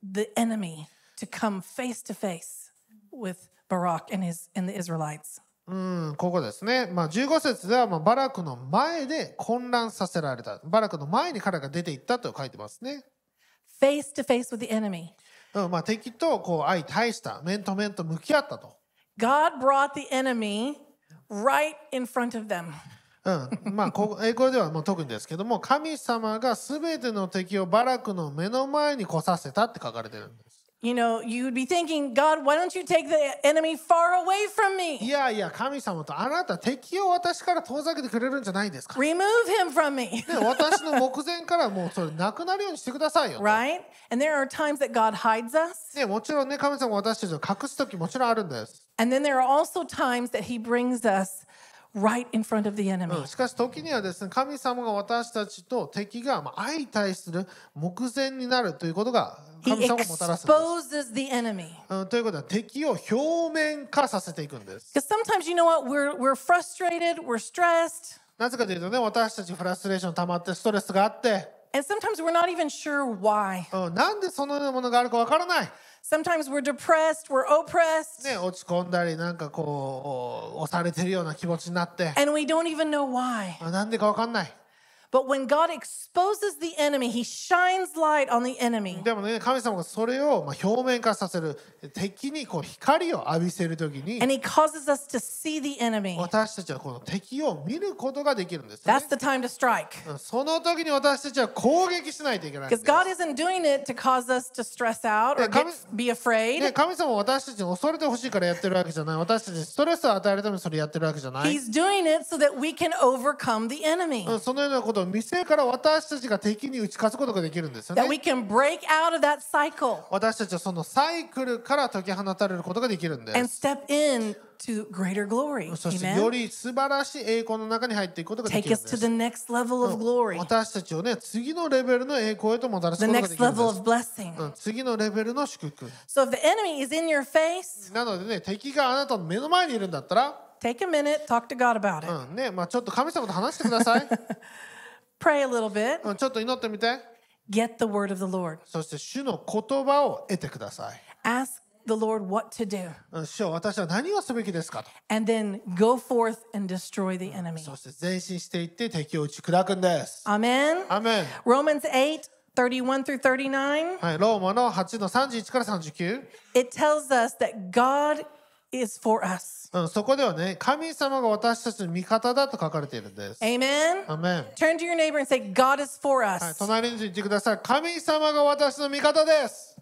S1: the enemy to come face to face with Barak and his and the Israelites.
S2: うん、ここですね。まあ、15節では、まあ、バラクの前で混乱させられた。バラクの前に彼が出て行ったと書いてますね。
S1: Face to face with the enemy.
S2: うん、まあ、敵とこう相対した、面と面と向き合ったと。
S1: God brought the enemy right in front of them.
S2: うん、まあこ こ英語ではもう特にですけども神様が全ての敵をバラクの目の前に来させたって書かれてるんです。
S1: You know, you'd be thinking, God, why don't you take the enemy far away from
S2: い
S1: me?
S2: やいや神様とあなた敵を私から遠ざけてくれるんじゃないですか。ね、
S1: Remove him from me.
S2: 私の目前からもうそれなくなるようにしてくださいよ と。
S1: Right? And there are times that God hides us.
S2: ね、もちろんね神様が私たちを隠す時もちろんあるんです。
S1: And then there are also times that he brings us right in front of the enemy.
S2: しかし時にはですね神様が私たちと敵がまあ相対する目前になるということが
S1: He
S2: 神様がもたらすんです。
S1: exposes the enemy.
S2: うんということは敵を表面化させていくんです。
S1: Because sometimes, you know what? We're, we're frustrated, we're stressed,
S2: なぜかというとね私たちフラストレーション溜まってストレスがあって、
S1: and sometimes we're not even sure why.
S2: うん、なんでそのようなものがあるかわからない、
S1: Sometimes we're depressed, we're oppressed,
S2: ね、落ち込んだりなんかこうお押されてるような気持ちになって、
S1: and we don't even know why.
S2: あなんでかわかんない。
S1: But when God exposes the enemy, he shines light on the enemy.
S2: でもね神様がそれをまあ表面化させる敵にこう光を浴びせる時に
S1: And he causes us to see the enemy.
S2: 私たちはこの敵を見ることができるんです、ね
S1: That's。the time to strike.
S2: うんその時に私たちは攻撃しないといけないんで
S1: Because
S2: す。
S1: God isn't doing it to cause us to stress out or
S2: Yeah,
S1: get,
S2: come-
S1: be afraid.
S2: ね、神様は私たちに恐れてほしいからやってるわけじゃない私たちにストレスを与えるためにそれやってるわけじゃない、
S1: He's doing it so that we can overcome the enemy,
S2: うんそのようなことを見せから私たちが敵に打ち勝つことができるんですよ
S1: that we
S2: ね
S1: can break out of that cycle
S2: 私たちはそのサイクルから解き放たれることができるんで
S1: and
S2: す
S1: step in to greater glory.
S2: そしてよ
S1: Amen.
S2: り素晴らしい栄光の中に入っていくことができ
S1: Take
S2: るんで
S1: us to Oh, the
S2: す
S1: next level of glory,
S2: 私たちをね次のレベルの栄光へともたらす
S1: the
S2: ことがで
S1: next
S2: きるんで
S1: level of
S2: す、
S1: blessing.
S2: うん、次のレベルの祝福
S1: So if the enemy is in your face,
S2: なのでね敵があなたの目の前にいるんだったら、
S1: take a minute, talk to God about it.
S2: うんねまあ、ちょっと神様と話してくだ さい、
S1: Pray a little bit,
S2: うん、ちょっと祈ってみて
S1: get the word of the Lord.
S2: そして主の言葉を得てください。
S1: Ask the Lord what to do,
S2: うん主よ私は何をすべきですかと。
S1: and then go forth and destroy the enemy.
S2: そして前進していって敵を打ち砕くんです。
S1: Amen.
S2: アーメン。
S1: Romans 8, 31 through 39,
S2: はい、ローマの8の31から39、
S1: it tells us that God is for us.
S2: うん。そこではね、神様が私たちの味方だと書かれているんです。
S1: Amen.
S2: アーメン。
S1: Turn to your neighbor and say, God is for
S2: はい、
S1: us.
S2: 隣の人に言ってください。神様が私の味方です。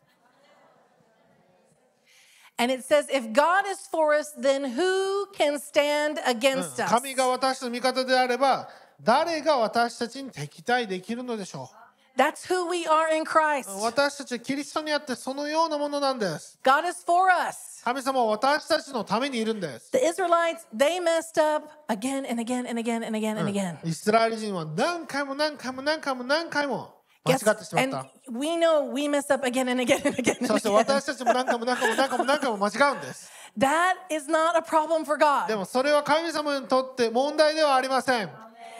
S1: And it says, if God is for us, then who can stand
S2: うん
S1: against us?
S2: 神が私の味方であれば、誰が私たちに敵対できるのでしょ
S1: That's who we are in
S2: う
S1: Christ.
S2: 私たちはキリストにあってそのようなものなんです。
S1: God is for us.
S2: 神様は私たちのためにいるんです。
S1: The Israelites, they messed up again and again and again and again and again.
S2: イスラエル人は何回も何回も何回も何回も間違
S1: Guess-
S2: ってしまっ
S1: and
S2: た。
S1: we know we mess up again and again and again. And
S2: そして
S1: again.
S2: 私たちも何回も何回も何回も何回も間違うんです。
S1: That is not a problem for God.
S2: でもそれは神様にとって問題ではありません。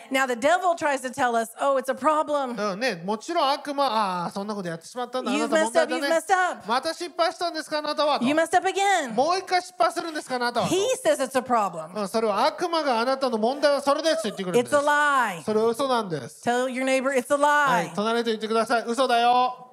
S1: Now the devil tries to tell us, "Oh, it's a problem."
S2: うんね、もちろん悪魔、ああ、そんなことやってしまったんだ。あ
S1: You've
S2: なた問題
S1: messed up,
S2: だ
S1: you've messed
S2: ね
S1: up.。
S2: また失敗したんですか、あなたは。と
S1: You messed up again.
S2: もう一回失敗するんですか、あなたは。と
S1: He says it's a problem.
S2: うんそれは悪魔があなたの問題はそれですと言ってくるんで
S1: It's
S2: す
S1: a。lie.
S2: それは嘘なんです。
S1: Tell your neighbor it's a
S2: はい、
S1: lie.
S2: 隣と言ってください。嘘だよ。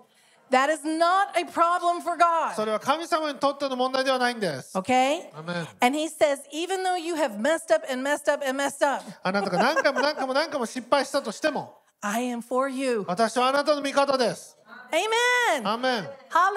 S1: That is not a problem for
S2: そ
S1: God.
S2: れは神様にとっての問題ではないんです。
S1: Okay?
S2: アーメン
S1: And he says, even though you have messed up and messed up and messed up,
S2: あなたが何回も何回も何回も失敗したとしても
S1: I am for you.
S2: 私はあなたの味方です。ア
S1: Amen.
S2: ーメン。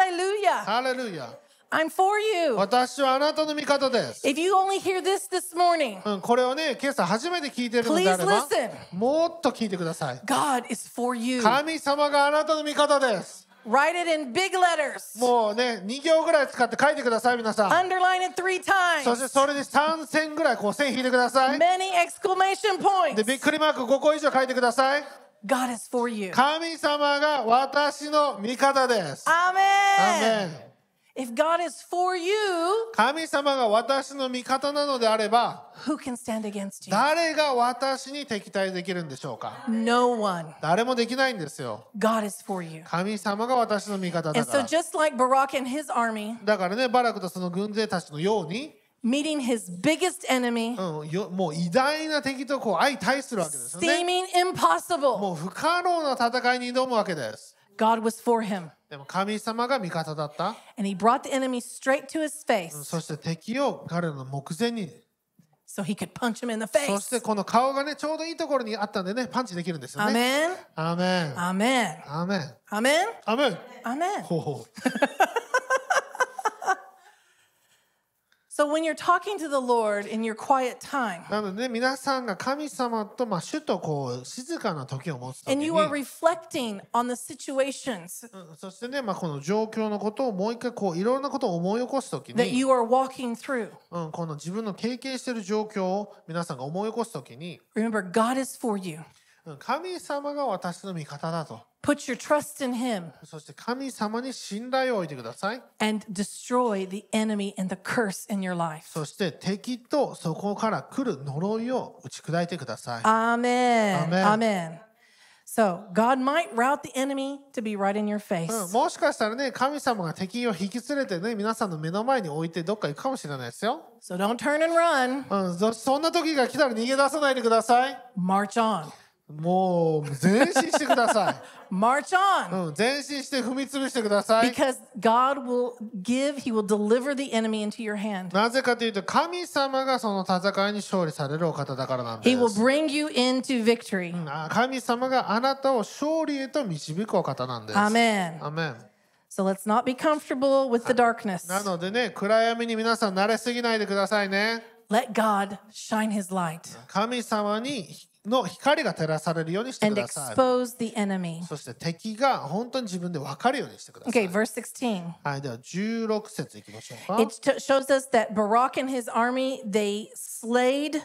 S1: Hallelujah.
S2: ハレルヤ。
S1: I'm for you.
S2: 私はあなたの味方です。
S1: If you only hear this this morning,
S2: うん、これをね、今朝初めて聞いてるのであれ
S1: Please
S2: ば
S1: listen.、
S2: もっと聞いてください。
S1: God is for you.
S2: 神様があなたの味方です。
S1: Write it in big letters.
S2: もうね、2行ぐらい使って書いてください、皆さん。
S1: Underline it three
S2: そ
S1: times.
S2: してそれで3線ぐらいこう線引いてください。
S1: Many exclamation
S2: で、
S1: points.
S2: びっくりマーク5個以上書いてください。
S1: God is for you.
S2: 神様が私の味方です。アーメ
S1: Amen.
S2: ン。
S1: If God is for you,
S2: 神様が私の味方なのであれば、
S1: who can stand against you?
S2: 誰が私に敵対できるんでしょうか
S1: No one.
S2: 誰もできないんですよ
S1: God is for you.
S2: 神様が私の味方だ
S1: And
S2: か
S1: so,
S2: ら
S1: just like Barak and his army,
S2: だからねバラクとその軍勢たちのように、
S1: meeting his biggest enemy,
S2: うん、よもう偉大な敵とこう相対するわけですよね
S1: seeming impossible,
S2: もう不可能な戦いに挑むわけです
S1: God was for him.
S2: でも神様が味方だった
S1: Mm. And he brought the enemy straight to his face,
S2: そして敵を彼の目前に
S1: so he could punch him in the face.
S2: そしてこの顔がね、ちょうどいいところにあったんでね、パンチできるんですよね。
S1: Amen.
S2: アーメン。
S1: Amen.
S2: アーメン。
S1: Amen.
S2: アーメン。
S1: Amen.
S2: ほうほ
S1: So when you're talking to the Lord in your quiet time
S2: う。なのでね、皆さんが神様と、まあ、主とこう、静かな時を持つ時
S1: and
S2: に
S1: you、are reflecting on the situations
S2: うんそしてね、まあ、この状況のことをもう一回こう、いろんなことを思い起こす時
S1: that
S2: に、
S1: you are walking through,
S2: うん、この自分の経験している状況を皆さんが思い起こす時に、
S1: remember God is for you.
S2: うん神様が私の味方だと。
S1: Put your trust in Him
S2: そして神様に信頼を置いてください。
S1: and destroy the enemy and the curse in your life.
S2: そして敵とそこから来る呪いを打ち砕いてください。
S1: Amen.
S2: Amen.
S1: Amen. So God might route the enemy to be right in your face.
S2: うんもしかしたらね、神様が敵を引き連れてね、皆さんの目の前に置いてどっか行くかもしれないですよ。
S1: So don't turn and run.
S2: うん、そそんな時が来たら逃げ出さないでください。
S1: March on.
S2: もう、前進してください。
S1: March on.
S2: うん、前進して踏み潰してください。
S1: Because God will give, He will deliver the enemy into your hand.
S2: なぜかというと、神様がその戦いに勝利されるお方だからなんで
S1: He will
S2: す。
S1: bring you into victory.
S2: あ神様があなたを勝利へと導くお方なんです。
S1: Amen.
S2: アーメン
S1: So let's not be comfortable with the darkness.
S2: なのでね、暗闇に皆さん慣れすぎないでくださいね。
S1: Let God shine His light
S2: 神様にの光が照らされるようにしてく
S1: and
S2: ださい。
S1: expose the enemy.
S2: そして敵が本当に自分で分かるようにしてくださ
S1: Okay,
S2: い。
S1: verse 16.
S2: はい、では16節いきましょうか。
S1: It t- shows us that Barak and his army, they slayed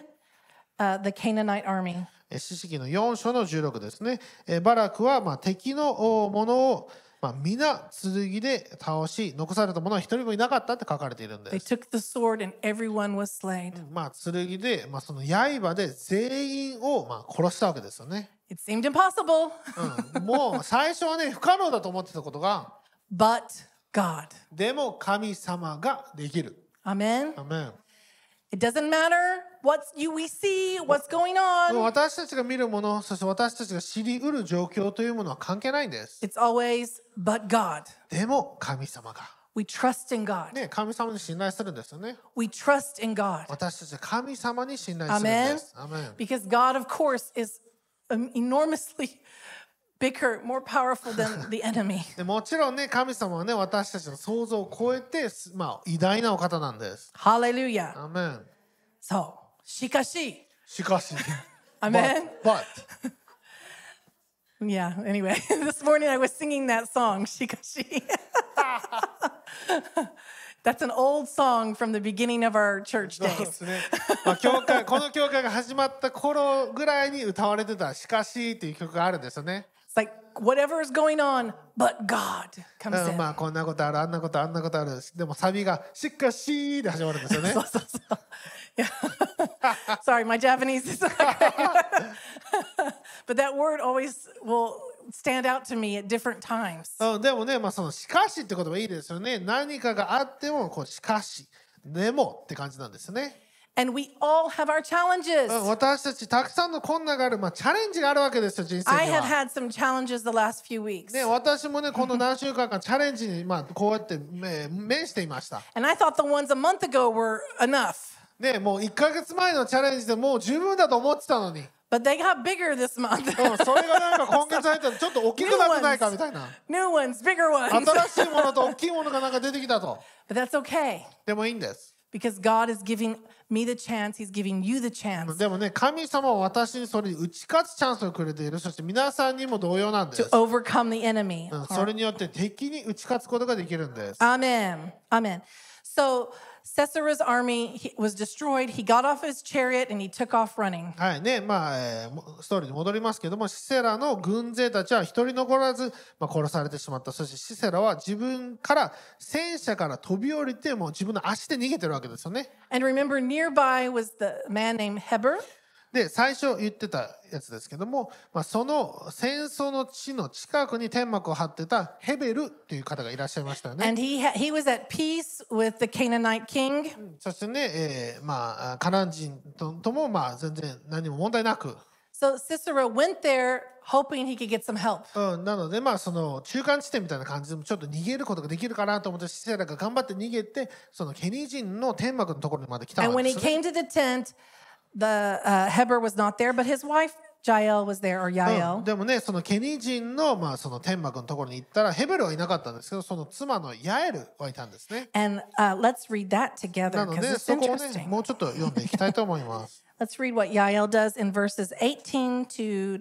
S1: uh, the Canaanite army.
S2: え詩式の4章の16ですね。えバラクは、まあ、敵のおものを、まあ、皆剣で倒し、残された者は一人もいなかったって書かれているん
S1: They
S2: です。
S1: took the sword and everyone was slain.
S2: まあ、剣で、まあ、その刃で全員を、まあ、殺したわけですよね。
S1: It seemed impossible,
S2: うん、もう 最初はね、不可能だと思ってたことが、
S1: but God.
S2: でも神様ができる。
S1: Amen.
S2: アメン
S1: It doesn't matter what you we see, what's going
S2: も
S1: on.
S2: う私たちが見るもの、そして私たちが知り得る状況というものは関係ないんです。
S1: It's always but God.
S2: でも神様が。
S1: We trust in God.
S2: ね、神様に信頼するんですよね。
S1: We trust in God
S2: 私たちは神様に信頼するんです。アメン
S1: because God, of course, is um, enormously bigger, more powerful than the enemy.
S2: でもちろんね、神様はね、私たちの想像を超えて、すまあ、偉大なお方なんです。
S1: Hallelujah.
S2: アメン
S1: So, shikashi.
S2: しかし、
S1: アメン
S2: But, but
S1: Yeah, anyway, this morning I was singing that song, Shikashi. That's an old song from the beginning of our church
S2: そうで
S1: days.
S2: すね。まあ、教会、 この教会が始まった頃ぐらいに歌われてた、しかしっていう曲があるんですよね。
S1: It's like whatever is going on, but God
S2: う
S1: comes
S2: ん、
S1: in.
S2: まあ、こんなことある、あんなことあるあんなことある。でも、サビが、しかしで始まるんですよね。
S1: Yeah. Sorry, my Japanese is not great. but that word always will stand out to me at different times.
S2: うん、でもね、まあ、その、しかしって言葉いいですよね。何かがあっても、こう、しかし、でもって感じなんですね。
S1: And we all have our challenges.
S2: うん私たち、たくさんの困難がある、まあ、チャレンジがあるわけですよ、人生
S1: I
S2: に
S1: have
S2: は。
S1: had some challenges the last few weeks.
S2: ね、私もね、この何週間かチャレンジに、まあ、こうやって、め面していました。
S1: And I thought the ones a month ago were enough,
S2: ね、もう1ヶ月前のチャレンジでもう十分だと思ってたのに。
S1: but they got bigger this month.
S2: うんそれがなんか今月入ったらちょっと大きくなってないかみたいな
S1: New ones, bigger ones.
S2: 新しいものと大きいものがなんか出てきたと
S1: But that's okay
S2: でもいいんです
S1: because God is giving me the chance, He's giving you the chance
S2: でもね神様は私にそれに打ち勝つチャンスをくれているそして皆さんにも同様なんです
S1: to overcome the enemy.
S2: うんそれによって敵に打ち勝つことができるんです
S1: Amen. Amen. So Sisera's army he- was destroyed. He got off his chariot and he took off running.
S2: はいねまあ、えーもストーリーに戻りますけどもシセラの軍勢たちは一人残らず、まあ、殺されてしまったそしてシセラは自分から戦車から飛び降りてもう自分の足で逃げてるわけですよね
S1: And remember, nearby was the man named Heber.
S2: で最初言ってたやつですけども、まあ、その戦争の地の近くに天幕を張ってたヘベルという方がいらっしゃいましたよね。
S1: And he, ha- he was at peace with the Canaanite king.
S2: そしてね、えーまあ、カナン人ととも、まあ、全然何も問題なく、
S1: So Sisera went there hoping he could get some help.
S2: うん、なので、まあ、その中間地点みたいな感じでもちょっと逃げることができるかなと思ってシセラが頑張って逃げてそのケニー人の天幕のところにまで来た
S1: And
S2: わ
S1: when
S2: け
S1: he
S2: ですね、
S1: came to the tent, the uh, Heber was not there, but his wife Jael was there, or
S2: うん
S1: Yael.
S2: でもねそのケニ人の,、まあその天幕のところに行ったらヘベルはいなかったんですけどその妻のヤエルはいたんですね
S1: And uh, let's read that together
S2: なの
S1: because
S2: で
S1: it's
S2: そこをね
S1: interesting.
S2: もうちょっと読んでいきたいと思います
S1: Let's read what Yael does in verses 18 to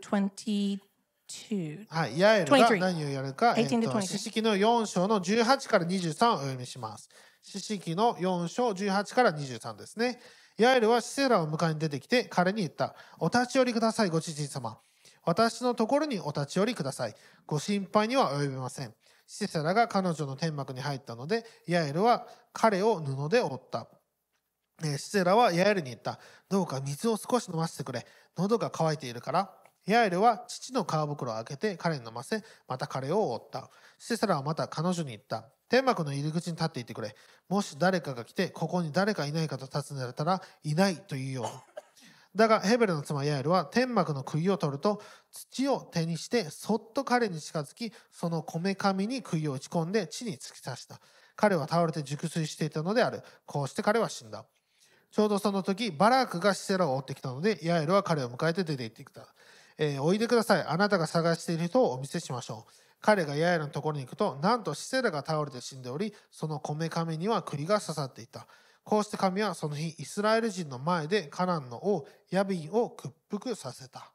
S1: 22.
S2: はい、ヤエルが
S1: 23
S2: 何をやるか、えっ
S1: 18 to
S2: と、
S1: 23
S2: 詩式の4章の18から23をお読みします。詩式の4章18から23ですね。ヤエルはシセラを迎えに出てきて彼に言った。お立ち寄りください、ご主人様。私のところにお立ち寄りください。ご心配には及びません。シセラが彼女の天幕に入ったので、ヤエルは彼を布で覆った。えーシセラはヤエルに言った。どうか水を少し飲ませてくれ。喉が渇いているから。ヤエルは父の皮袋を開けて彼に飲ませ、また彼を覆った。シセラはまた彼女に言った。天幕の入り口に立っていてくれ。もし誰かが来て、ここに誰かいないかと尋ねられたら、いないというように。だがヘベルの妻ヤエルは天幕の杭を取ると土を手にしてそっと彼に近づきそのこめかみに杭を打ち込んで地に突き刺した彼は倒れて熟睡していたのであるこうして彼は死んだちょうどその時バラークがシセラを追ってきたのでヤエルは彼を迎えて出て行ってきた、えーおいでくださいあなたが探している人をお見せしましょう彼がヤエルのところに行くとなんとシセラが倒れて死んでおりそのこめかみには栗が刺さっていたこうして神はその日イスラエル人の前でカナンの王ヤビンを屈服させた。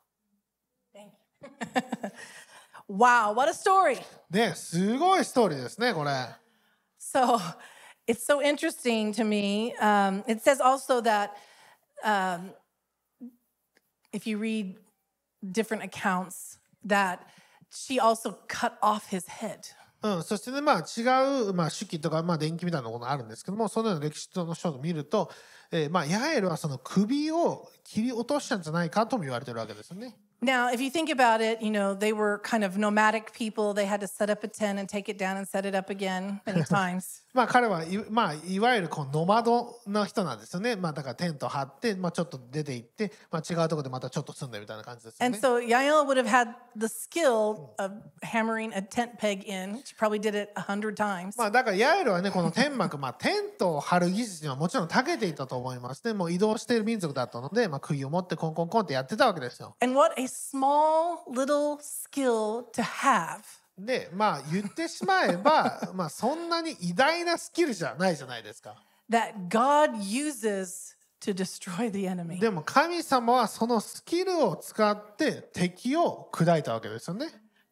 S1: Wow, what a story!
S2: ねすごいストーリーですねこれ。
S1: So it's so interesting to me. Um, it says also that um, if you read different accounts, that she also cut off his head.
S2: うん、そしてねまあ違う、まあ、手記とか、まあ、電気みたいなものがあるんですけどもそのような歴史の書を見ると、えーまあ、ヤエルはその首を切り落としたんじゃないかとも言われてるわけですよね。
S1: Now, if you think about it, you know, they were kind of nomadic people. They had to set up a tent and take it down and set it up again many times.
S2: まあ彼はい,、まあ、いわゆるこうノマドの人なんですよね。まあだからテント張って、まあちょっと出て行って、まあ違うところでまたちょっと住んでみたいな感じですよ
S1: And
S2: ね。
S1: so Yael would have had the skill of hammering a tent peg in. She probably did it a hundred times.
S2: まあだからヤエルはねこの天幕 まあテントを張る技術にはもちろん長けていたと思いますねもう移動している民族だったので、まあ、杭を持ってコンコンコンってやってたわけですよ
S1: And what a small little skill to have.
S2: でまあ言ってしまえば まあそんなに偉大なスキルじゃないじゃないですか
S1: that God uses to destroy the enemy.
S2: でも神様はそのスキルを使って敵を砕いたわけですよね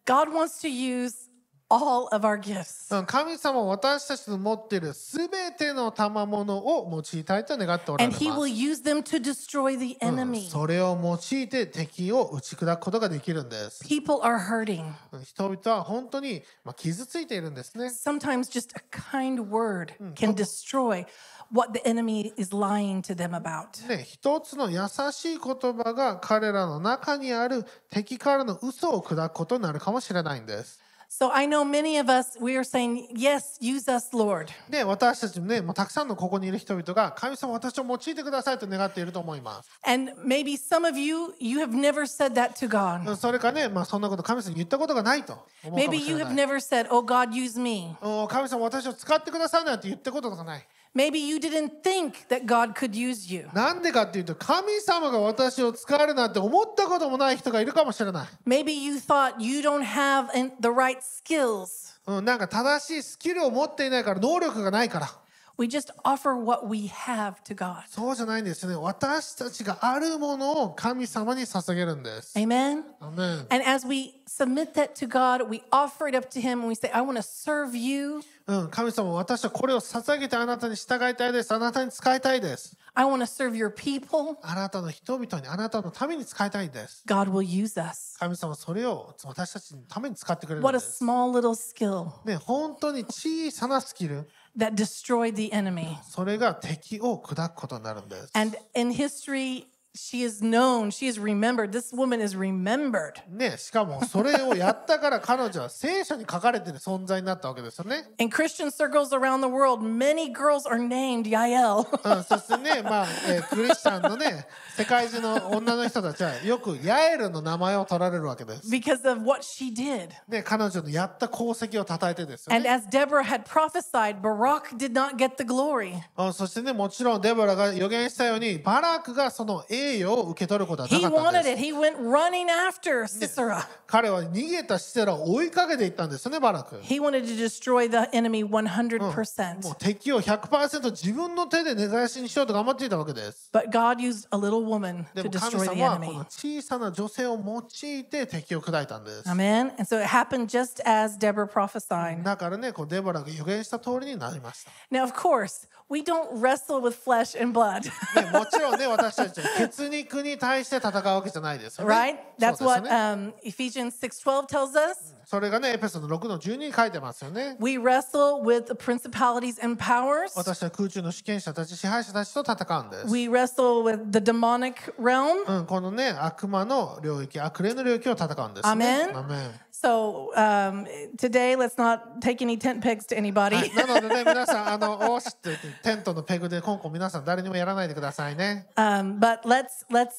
S1: God wants to use all of our gifts.
S2: うん神様は私たちの持っている全ての賜物を用いたいと願っておられ
S1: And he
S2: ま
S1: will
S2: す
S1: use them to destroy the
S2: うん
S1: enemy.
S2: それを用いて敵を打ち砕くことができるんです
S1: People are hurting.
S2: 人々は本当に、まあ、傷ついているんですね。
S1: Sometimes just a kind word can destroy what the enemy is lying to them about.
S2: ね、一つの優しい言葉が彼らの中にある敵からの嘘を砕くことになるかもしれないんです。
S1: So I know many of us, we are saying, Yes, use us, Lord.
S2: で、私たちもね、もうたくさんのここにいる人々が、神様私を用いてくださいと願っていると思います。
S1: And maybe some of you, you have never said that to God.
S2: それかね、まあそんなこと神様に言ったことがないと思う
S1: Maybe
S2: かもし
S1: you
S2: れ
S1: have
S2: ない。
S1: never said, Oh, God, use me.
S2: うん神様私を使ってくださいなんて言ったことがない。
S1: Maybe you didn't think that God could use you.
S2: なんでかっていうと、神様が私を使えるなんて思ったこともない人がいるかもしれない。
S1: Maybe you thought you don't have an- the right skills.
S2: うん、なんか正しいスキルを持っていないから能力がないから。
S1: We just offer what we have to God.
S2: そうじゃないんですよね。私たちがあるものを神様に捧げるんです。
S1: Amen.
S2: アメン
S1: And as we submit that to God, we offer it up to Him and we say, I want to serve you.
S2: うん、神様、私はこれを捧げてあなたに従いたいです。あなたに使いたいです。
S1: I want to serve your people.
S2: あなたの人々に、あなたのために使いたいんです。
S1: God will use us.
S2: 神様、それを私たちのために使ってくれるん
S1: What
S2: で
S1: a
S2: す。
S1: small little skill
S2: ね、本当に小さなスキル、
S1: that destroyed the enemy.
S2: それが敵を砕くことになるんです。
S1: And in history, she is known, she is remembered. This woman is remembered.
S2: ね、しかもそれをやったから彼女は聖書に書かれてる存在になったわけですよね。
S1: In Christian circles around the world, many girls are named Yael.
S2: うん、そしてね、まあ、えークリスチャンのね、世界中の女の人たちは、よくヤエルの名前を取られるわけです。
S1: because of what she did.
S2: ね、彼女のやった功績を称えてですよ
S1: And
S2: ね。
S1: as Deborah had prophesied, Barak did not get the glory.
S2: うんそしてね、もちろんデボラが予言したように、バラクがその栄栄誉を受け取ることはな
S1: He
S2: かったん
S1: wanted
S2: で
S1: it.
S2: す。
S1: He went running after Sisera.
S2: 彼は逃げたシセラを追いかけていったんですよね、バラク。
S1: He wanted to destroy the enemy 100%.
S2: もう敵を100%自分の手で根絶やしにしようと頑張っていたわけです。
S1: But God used a little woman
S2: で
S1: to
S2: も神
S1: destroy the
S2: 様はこ
S1: enemy.
S2: の小さな女性を用いて敵を砕いたんです。
S1: Amen. And so it happened just as Deborah prophesied.
S2: だからね、こうデボラが予言した通りになりました。
S1: Now, of course, we don't wrestle with flesh and blood,
S2: ね、もちろんね、私たちは血肉に対して戦うわけじゃないですよね。
S1: right? That's
S2: そうで
S1: what
S2: すよね
S1: um, Ephesians 6:12 tells us.
S2: それがね、エペソード6の12に書いてますよね。
S1: We wrestle with the principalities and powers.
S2: 私は空中の主権者たち、支配者たちと戦うんです。
S1: We wrestle with the demonic realm.
S2: うん、このね、悪魔の領域、悪霊の領域を戦うんです、ね。
S1: アメン
S2: アメン
S1: So um, today, let's not take any tent pegs to
S2: は
S1: anybody.
S2: い、なので ね、皆さん、あの、おーしって言って、テントのペグでコンコン皆さん誰にもやらないでくださいね。
S1: Um, but let's let's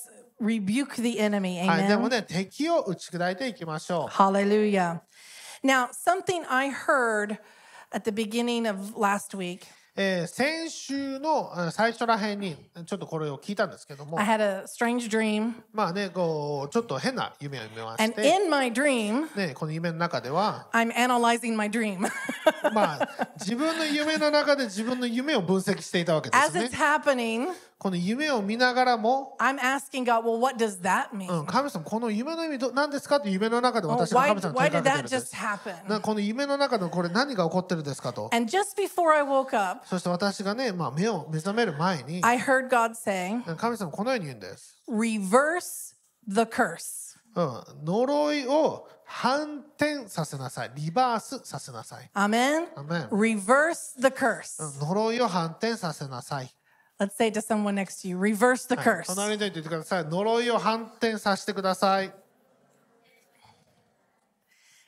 S1: rebuke the enemy.
S2: はい、で
S1: Amen.
S2: もね、敵を打ち砕いていきましょ
S1: Hallelujah. Now, something I heard at the beginning of last week.
S2: う。えー先週のうん最初らへんに、ちょっとこれを聞いたんですけども
S1: I、had a strange dream,
S2: まあね、こう、ちょっと変な夢を見まし
S1: and
S2: て、
S1: in my dream,
S2: ね、この夢の中では、
S1: I'm analyzing my dream.
S2: まあ、自分の夢の中で自分の夢を分析していたわけで
S1: As
S2: す
S1: it's
S2: ね。
S1: happening,
S2: この夢を見ながらも、
S1: I'm asking God, "Well, what does that mean?
S2: うん、神様、この夢の意味ど何ですかって夢の中で
S1: Oh,
S2: 私が
S1: why,
S2: 神様に問
S1: why
S2: いか
S1: did
S2: けて
S1: that
S2: るんで
S1: just。
S2: す
S1: happen?"
S2: なこの夢の中のこれ何が起こってるんですかと。
S1: And just before I woke up,
S2: そして私がね、まあ、目を目覚める前に、
S1: I heard God saying,
S2: 神様このように言うんです。
S1: "Reverse the curse."
S2: うん、呪いを反転させなさい。リバースさせなさい。
S1: Amen.
S2: アメン
S1: Reverse the
S2: う
S1: curse.
S2: ん呪いを反転させなさい。
S1: Let's say to someone next to you, "Reverse the
S2: はい
S1: curse."
S2: 隣の人に言ってください。呪いを反転させてください。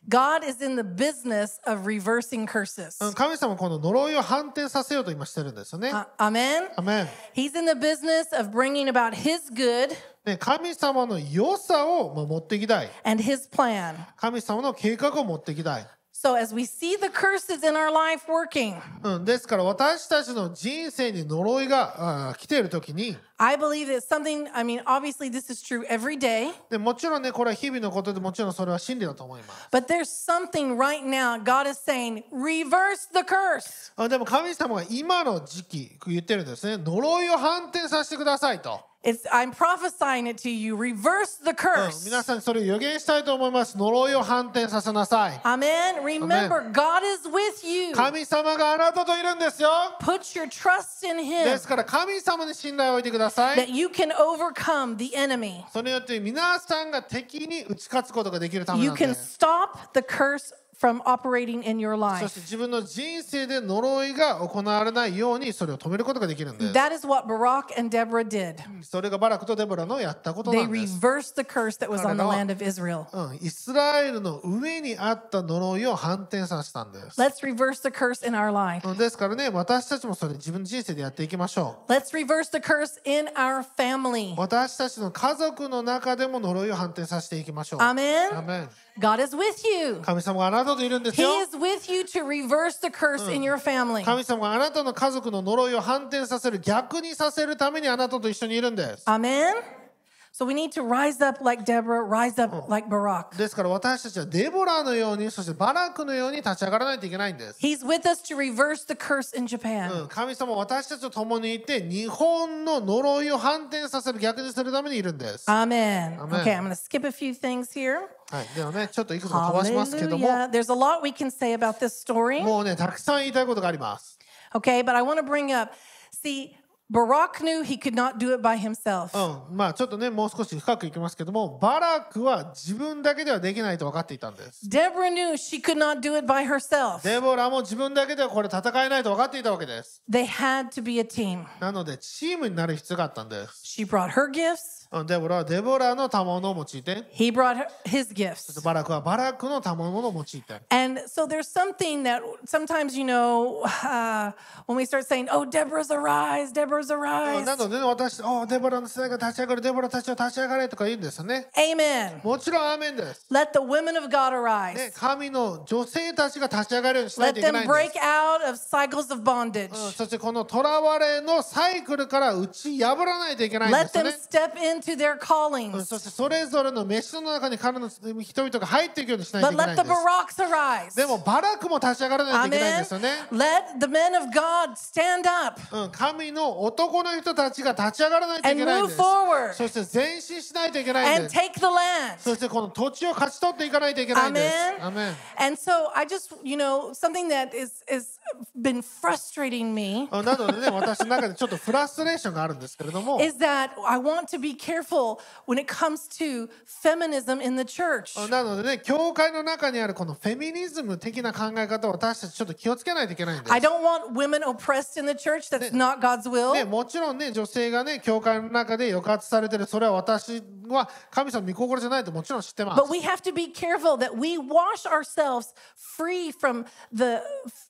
S1: God is in the business of reversing curses.
S2: うん神様この呪いを反転させようと今してるんですよね。
S1: A- Uh, amen.
S2: アメン
S1: He's in the business of bringing about his good
S2: ね、神様の良さをまあ持っていきたい。
S1: and his plan.
S2: 神様の計画を持っていきたい。
S1: So as we see the curses in our life working,
S2: うん、ですから私たちの人生に呪いがあー来ている時に
S1: I believe it's something, I mean, obviously this is true every day,
S2: でもちろんねこれは日々のことでもちろんそれは真理だと思います
S1: but there's something right now God is saying, reverse the curse.
S2: あでも神様が今の時期言ってるんですね呪いを反転させてくださいと、
S1: It's I'm prophesying it to you. Reverse the
S2: うん
S1: curse.
S2: 皆さんにそれを予言したいと思います呪いを反転させなさい
S1: Amen. Remember, God is with you.
S2: 神様があなたといるんですよ
S1: Put your trust in him.
S2: ですから神様に信頼を置いてくださ
S1: that
S2: い
S1: you can overcome the enemy.
S2: それによって皆さんが敵に打ち勝つことができるため
S1: You
S2: なんで
S1: can
S2: す
S1: stop the curse from operating in your
S2: そし
S1: life.
S2: て自分の人生で呪いが行われないようにそれを止めることができるんです
S1: That is what Barak and Deborah did.
S2: それがバラクとデボラのやったことな
S1: They
S2: んです。
S1: reversed the curse that was on the land of Israel.
S2: うん、イスラエルの上にあった呪いを反転させたんです。
S1: Let's reverse the curse in our life.
S2: うんですからね、私たちもそれ自分の人生でやっていきましょ
S1: Let's reverse the curse in our family.
S2: う。私たちの家族の中でも呪いを反転させていきましょう。ア
S1: Amen.
S2: メン
S1: God is with you.
S2: 神様があなたといるんです
S1: He
S2: よ。
S1: is with you to reverse the curse in your family.
S2: 神様があなたの家族の呪いを反転させる、逆にさせるためにあなたと一緒にいるんです。
S1: Amen. So we need to rise up like Deborah, rise up like Barak.
S2: ですから私たちはデボラのように、そしてバラクのように立ち上がらないといけないんです。
S1: He's with us to reverse the curse in Japan.
S2: うん神様は私たちと共にいて日本の呪いを反転させる逆にするためにいるんです。は
S1: Amen.
S2: Amen.
S1: Okay, I'm going to skip a few things here.
S2: い、ではねちょっといくつも飛ばしますけども
S1: Hallelujah. There's a lot we can say about this story.
S2: もうねたくさん言いたいことがあります。
S1: Okay, but I want to bring up see, Barak knew he could not do it by himself.
S2: うん、まあちょっとねもう少し深くいきますけどもバラクは自分だけではできないと分かっていたんです。
S1: Deborah knew she could not do it by herself.
S2: デボラも自分だけではこれ戦えないと分かっていたわけです。
S1: They had to be a team.
S2: なのでチームになる必要があったんです。
S1: She brought her gifts,
S2: うんデボラはデボラの賜物を用いて
S1: he brought her, his gifts.
S2: バラクはバラクの賜物を用いて。
S1: And so there's something that sometimes, you know, uh, when we start saying, oh, Deborah's arise, Deborah laborers
S2: うん
S1: arise.
S2: なのでね、私、おデボラの世代が立ち上がる、デボラたちは立ち上がれとか言うんですよね。
S1: Amen.
S2: もちろん、アーメンです。
S1: Let the women of God arise.
S2: ね神の女性たちが立ち上がるようにしない
S1: Let
S2: といけな
S1: them
S2: いんです
S1: break。out of cycles of bondage.
S2: うんそしてこのとらわれのサイクルから打ち破らないといけないんで
S1: Let
S2: す
S1: them
S2: よ
S1: step
S2: ね。
S1: into their
S2: うん
S1: callings.
S2: そしてそれぞれの飯の中に彼の人々が入っていくようにしないと
S1: But
S2: いけな
S1: let
S2: いん
S1: the
S2: です。
S1: Baraks arise.
S2: でもバラクも立ち上がらないといけないん
S1: Amen.
S2: ですよね。
S1: Let the men of God stand up
S2: うん、神の男の人たちが立ち上がらないとい
S1: and
S2: けないん
S1: move
S2: です。
S1: forward
S2: そして前進しないといけないん
S1: and
S2: です。
S1: take the land.
S2: そしてこの土地を勝ち取っていかないといけないんです。
S1: Amen.
S2: アメン
S1: And so I just, you know, something that is is been frustrating me
S2: うんなのでね、私の中でちょっとフラストレーションがあるんですけれども、
S1: is that I want to be careful when it comes to feminism in the church.
S2: うんなのでね、教会の中にあるこのフェミニズム的な考え方を私たちちょっと気をつけないといけないんです
S1: I。don't want women oppressed in the church. That's not God's
S2: ね、
S1: will.
S2: もちろんね、女性がね、教会の中で抑圧されてる、それは私は神様の御心じゃないともちろん知ってます
S1: But。we have to be careful that we wash ourselves free from the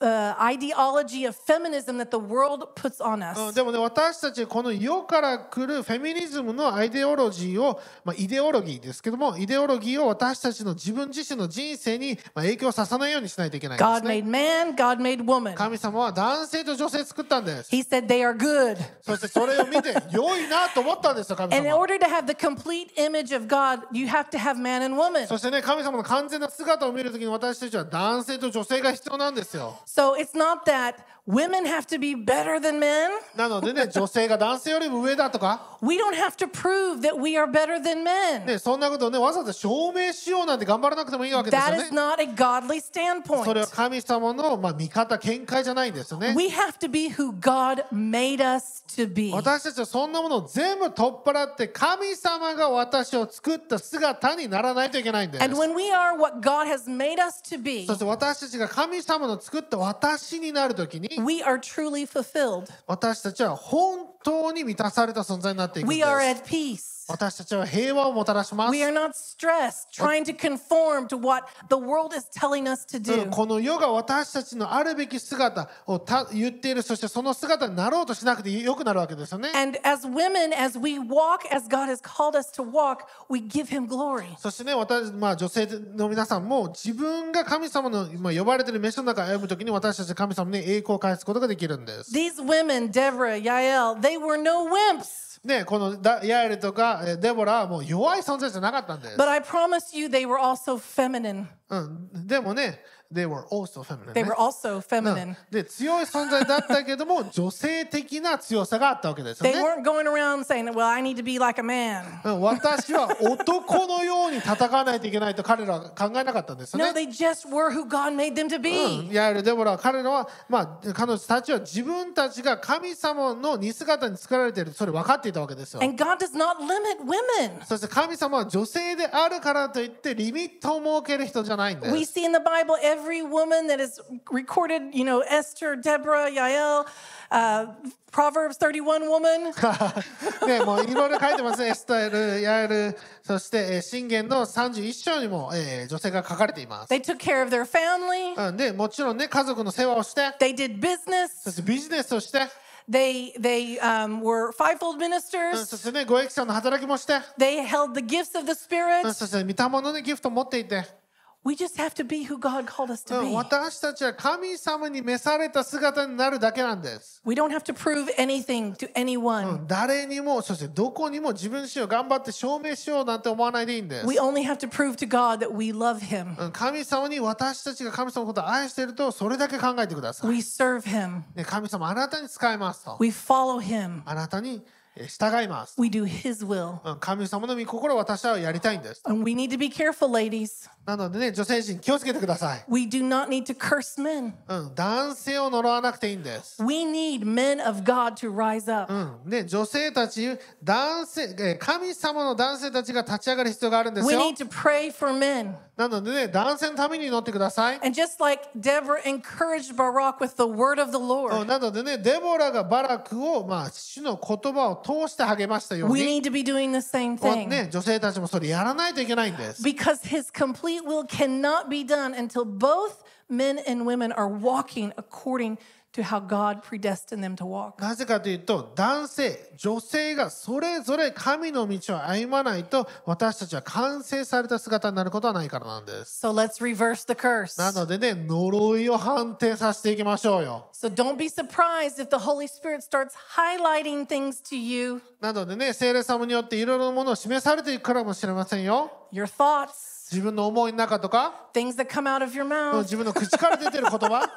S1: uh, ideology of feminism that the world puts on
S2: うん
S1: us.
S2: でもね、私たちこの世から来るフェミニズムのアイデオロジーを、まあ、イデオロギーですけども、イデオロギーを私たちの自分自身の人生に、まあ、影響させないようにしないといけないんです
S1: God
S2: ね。
S1: made man, God made woman.
S2: 神様は男性と女性作ったんです。
S1: He said they are good.
S2: そしてそれを見て良いなと思ったんですよ、神
S1: And in
S2: 様。
S1: order to have the complete image of God, you have to have man and woman.
S2: そしてね、神様の完全な姿を見るときに私たちは男性と女性が必要なんですよ。
S1: So it's not that women have to be better than men.
S2: なので ね、女性が男性よりも上だとか、
S1: We don't have to prove that we are better than men.
S2: ね、そんなことをね、わざわざ証明しようなんて頑張らなくてもいいわけです
S1: That
S2: よ
S1: is
S2: ね。
S1: not a godly
S2: それは
S1: standpoint.
S2: 神様の、まあ、見方、見解じゃないんですよね。
S1: We have to be who God made us to be.
S2: 私たちはそんなものを全部取っ払って神様が私を作った姿にならないといけないんです
S1: And。when we are what God has made us to be,
S2: そして私たちが神様の作った私になるときに
S1: we are truly fulfilled.
S2: 私たちは本当に満たされた存在になっていくんで
S1: We are at
S2: す。
S1: peace.
S2: 私たちは平和をもたらします。
S1: We are not stressed trying to conform to what the world is telling us to
S2: う
S1: do.
S2: んこの世が私たちのあるべき姿をた言っているそしてその姿になろうとしなくてよくなるわけですよね。
S1: And as women, as we walk as God has called us to walk, we give Him glory.
S2: そしてね私、まあ、女性の皆さんも自分が神様の、まあ、呼ばれている飯の中を歩むときに私たちは神様に栄光を返すことができるんです。
S1: These women, Deborah, Yael, they were no wimps.
S2: ね、このダヤエルとかえーデボラはもう弱い存在じゃなかったんです。
S1: But I promise you, they were also feminine.
S2: うん、でもね、they were also feminine ね、
S1: They were also
S2: うん
S1: feminine.
S2: で強い存在だったけども女性的な強さがあったわけですよ
S1: They
S2: ね。
S1: weren't going around saying, well, I need to be like a man.
S2: うん私は男のように戦わないといけないと彼らは考えなかったんですよ
S1: No,
S2: ね。
S1: they just were who God made them to
S2: うん、
S1: be.
S2: ヤエルデボラは彼らは、まあ、彼女たちは自分たちが神様の似姿に作られているそれ分かっていたわけですよ。
S1: And God does not limit women.
S2: そして神様は女性であるからといってリミットを設ける人じゃないんです
S1: We。see in the Bible every woman that is recorded, you know, Esther, Deborah, Yael, uh, Proverbs 31 woman.
S2: ね、もういろいろ書いてますね。エスタエル、ヤエル、そして、えー、信玄の31章にも、えー女性が書かれています。
S1: They took care of their family.
S2: うん、で、もちろんね、家族の世話をして、
S1: They did
S2: そ
S1: business.
S2: してビジネスをして、
S1: They they um, were fivefold
S2: うんそ
S1: ministers.
S2: してね、ご益者の働きもして、
S1: They held the gifts of the
S2: うん
S1: Spirit.
S2: そして、御霊の、ね、ギフトを持っていて、
S1: We just have to be who God called us
S2: う
S1: to
S2: ん
S1: be.
S2: 私たちは神様に召された姿になるだけなんです。
S1: We don't have to prove anything to
S2: う
S1: anyone.
S2: ん誰にも、そしてどこにも自分自身を頑張って証明しようなんて思わないでいいんです。
S1: We only have to prove to God that we love Him.
S2: うん神様に私たちが神様のことを愛していると、それだけ考えてください。
S1: We serve Him.
S2: ね、神様、あなたに使いますと。
S1: We follow Him.
S2: あなたにえー従います。
S1: We do His will.
S2: うん神様の御心を私はやりたいんです。
S1: And we need to be careful, ladies.
S2: なのでね、女性陣気をつけてください。
S1: We do not need to curse men.
S2: うん、男性を呪わなくていいんです。
S1: We need men of God to rise up.
S2: うん、ね、女性たち、男性、えー神様の男性たちが立ち上がる必要があるんです
S1: We
S2: よ。
S1: need to pray for men.
S2: なのでね、男性のために祈ってください。
S1: And just like Deborah encouraged Barak with the word of the
S2: う
S1: Lord,
S2: んなのでね、デボラがバラクを、まあ、主の言葉を通して励ましたよう
S1: we
S2: に、
S1: need to be doing the same
S2: お
S1: thing.
S2: ね、女性たちもそれやらないといけないんです。
S1: Because his complete will cannot be done until both men and women are walking according to how God predestined them to walk.
S2: なぜかというと男性女性がそれぞれ神の道を歩まないと私たちは完成された姿になることはないからなんです
S1: So let's reverse the curse.
S2: なのでね呪いを判定させていきましょうよ
S1: So don't be surprised if the Holy Spirit starts highlighting things to you
S2: なのでね聖霊様によっていろいろなものを示されていくからもしれませんよ
S1: your thoughts,
S2: 自分の思いの中とか
S1: things that come out of your
S2: うん
S1: mouth.
S2: 自分の口から出てる言葉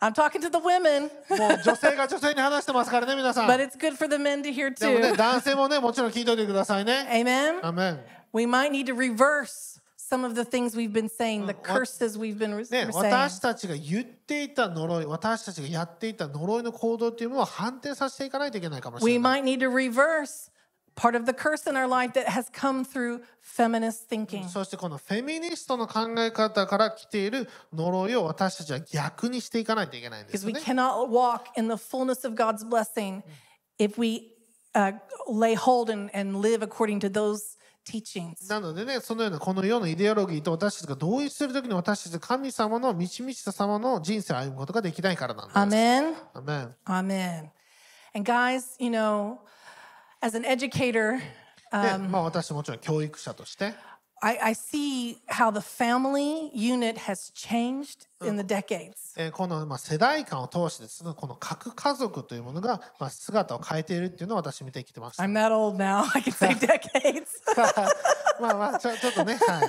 S1: I'm talking to the women,
S2: もう女性が女性に話してますからね皆さん
S1: but it's good for the Uh-huh. men to hear
S2: でもね
S1: too.
S2: 男性もねもちろん聞いておいてくださいね
S1: Amen.
S2: アメン
S1: We might need to reverse some of the things we've been saying, the curses we've been re-
S2: ね、
S1: saying.
S2: 私たちが言っていた呪い私たちがやっていた呪いの行動というものを判定させていかないといけないかもし
S1: We
S2: れない
S1: might need to reverse part of the curse in our life that has come through feminist thinking.
S2: そしてこのフェミニストの考え方から来ている呪いを私たちは逆にしていかないといけないんです
S1: Because
S2: よ
S1: we
S2: ね
S1: cannot walk in the fullness of God's blessing if we uh, lay hold and, and live according to those teachings.
S2: なのでねそのようなこの世のイデオロギーと私たちが同一するときに私たちは神様の満ち満ちた様の人生を歩むことができないからなんです
S1: Amen.
S2: アメン
S1: Amen. And guys, you know, as an educator,
S2: で、まあ私もちろん教育者として
S1: I, I see how the family unit has changed in the decades.
S2: えーこのまあ世代間を通してですねこの核家族というものがまあ姿を変えているっていうのを私見てきてました
S1: I'm that old now, I can say decades.
S2: まあまあちょちょっとねはい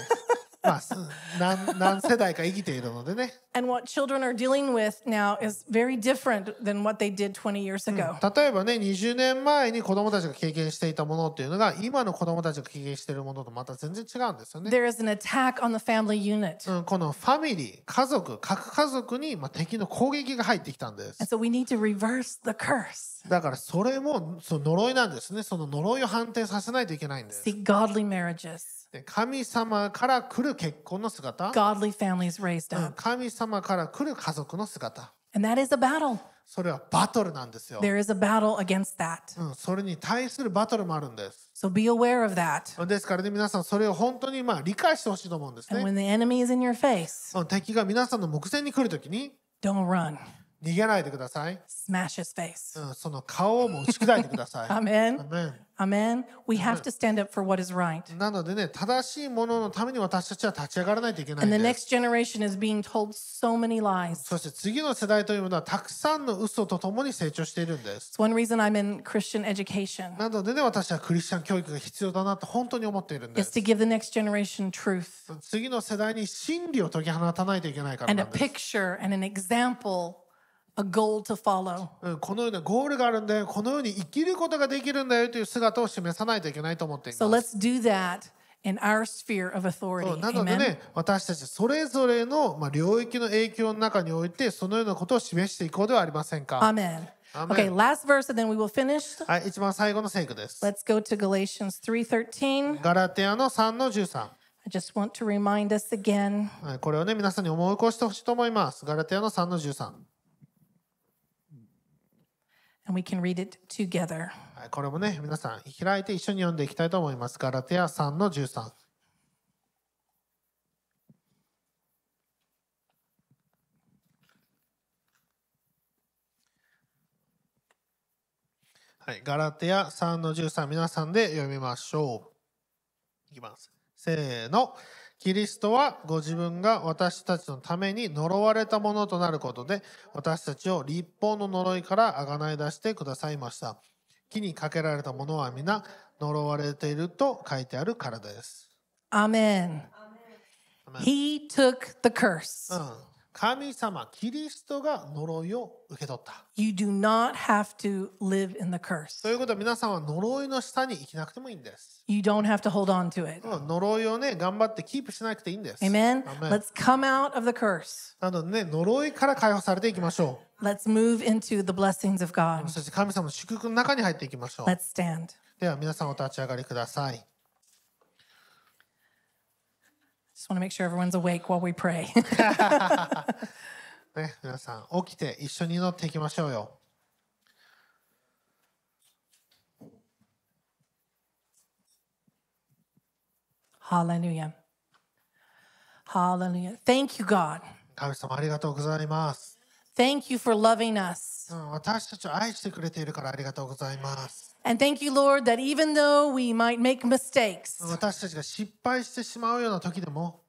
S2: まあす何何世代か生きているのでね
S1: and what children are dealing with now is very different than what they did 20 years ago.
S2: 例えばね20年前に子どもたちが経験していたものっていうのが今の子どもたちが経験しているものとまた全然違うんですよね。
S1: There is an attack on the family unit.
S2: うん、このファミリー家族核家族に、まあ、敵の攻撃が入ってきたんです
S1: And so we need to reverse the curse.
S2: だからそれもその呪いなんですねその呪いを反転させないといけないんです
S1: Seek godly marriages,
S2: で神様から来る結婚の姿
S1: godly families raised
S2: うん
S1: up.
S2: 神様から来る家族の姿
S1: And that is a battle.
S2: それはバトルなんですよ、
S1: There is a battle against that.
S2: うん、それに対するバトルもあるんです
S1: So be aware of that.
S2: ですからね皆さんそれを本当にまあ理解してほしいと思うんですね
S1: And when the enemy is in your face,
S2: うん敵が皆さんの目前に来るときに
S1: don't run.
S2: 逃げないでください、
S1: Smash his face.
S2: うん、その顔をもう打ち砕いてく ださい
S1: Amen.
S2: アメン
S1: Amen. We have to stand up for what is right.
S2: なのでね、正しいもののために私たちは立ち上がらないといけない
S1: And the
S2: んです。
S1: next generation is being told so many lies.
S2: そして次の世代というものはたくさんの嘘とともに成長しているんです。
S1: It's one reason I'm in Christian education
S2: なのでね、私はクリスチャン教育が必要だなと本当に思っているんで
S1: is
S2: す。
S1: to give the next generation truth
S2: 次の世代に真理を解き放たないといけないから
S1: and
S2: な
S1: a
S2: んです。
S1: picture and an example, a goal to follow.
S2: うんこのようなゴールがあるんだよ、このように生きることができるんだよという姿を示さないといけないと思ってい
S1: So
S2: ます。
S1: let's do that in our sphere of authority.
S2: なので
S1: Amen.
S2: ね、私たちそれぞれのまあ領域の影響の中において、そのようなことを示していこうではありませんか。
S1: Amen.
S2: Amen.
S1: Okay, last verse and then we will finish.
S2: はい、一番最後の聖句です。
S1: Let's go to Galatians 3:13.
S2: ガラテアの3の13。
S1: I just want to remind us again.
S2: はいこれをね、皆さんに思い起こしてほしいと思います。ガラテアの3の13。
S1: and we can read it together.
S2: はいこれもね、皆さん開いて一緒に読んでいきたいと思います。ガラテア3の13。はい、ガラテア3の13皆さんで読みましょう。いきます。せーの。キリストはご自分が私たちのために呪われたものとなることで私たちを立法の呪いからあがない出してくださいました。木にかけられたものは皆呪われていると書いてあるからです。
S1: Amen. He took the curse.
S2: うん、神様、キリストが呪いを受け取った。
S1: You do not have to live in the curse.
S2: ということは皆さんは呪いの下に生きなくてもいいんです。
S1: You don't have to hold on to it.
S2: うん呪いをね、頑張ってキープしなくていいんです。
S1: Amen.
S2: アメン
S1: Let's come out of the curse.
S2: なのでね、呪いから解放されていきましょ
S1: Let's move into the blessings of
S2: う。
S1: God.
S2: そして神様の祝福の中に入っていきましょう。
S1: Let's stand.
S2: では皆さんお立ち上がりください。
S1: Just want to make sure everyone's awake while we pray.
S2: ね、皆さん起きて一緒に祈っていきましょうよ。
S1: Hallelujah. Hallelujah. Thank you, God,
S2: 神様ありがとうございます。
S1: Thank you for loving us.
S2: うん私たちを愛してくれているからありがとうございます。
S1: And thank you, Lord, that even though we might make mistakes,
S2: 私たちが失敗してしまうような時でも、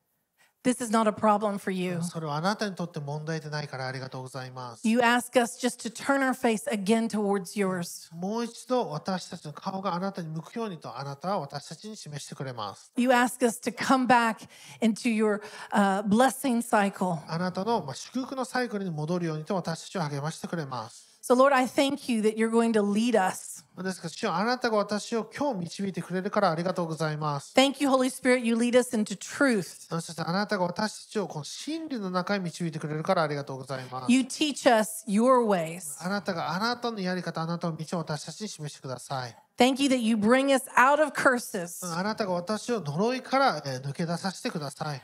S1: this is not a problem for you.
S2: それはあなたにとって問題でないからありがとうございます。
S1: You ask us just to turn our face again towards yours.
S2: もう一度私たちの顔があなたに向くようにとあなたは私たちに示してくれます。
S1: You ask us to come back into your uh, blessing cycle.
S2: あなたのまあ祝福のサイクルに戻るようにと私たちを励ましてくれます。
S1: So, Lord, I thank you that you're going to lead us.
S2: ですから、主よあなたが私を今日導いてくれるからありがとうございます。
S1: Thank you, Holy Spirit, you lead us into truth.
S2: そしてあなたが私たちをこの真理の中に導いてくれるからありがとうございます。
S1: You teach us your ways.
S2: あなたがあなたのやり方、あなたの道を私たちに示してください。
S1: Thank you that you bring us out of curses,
S2: あなたが私を呪いからえー抜け出させてください。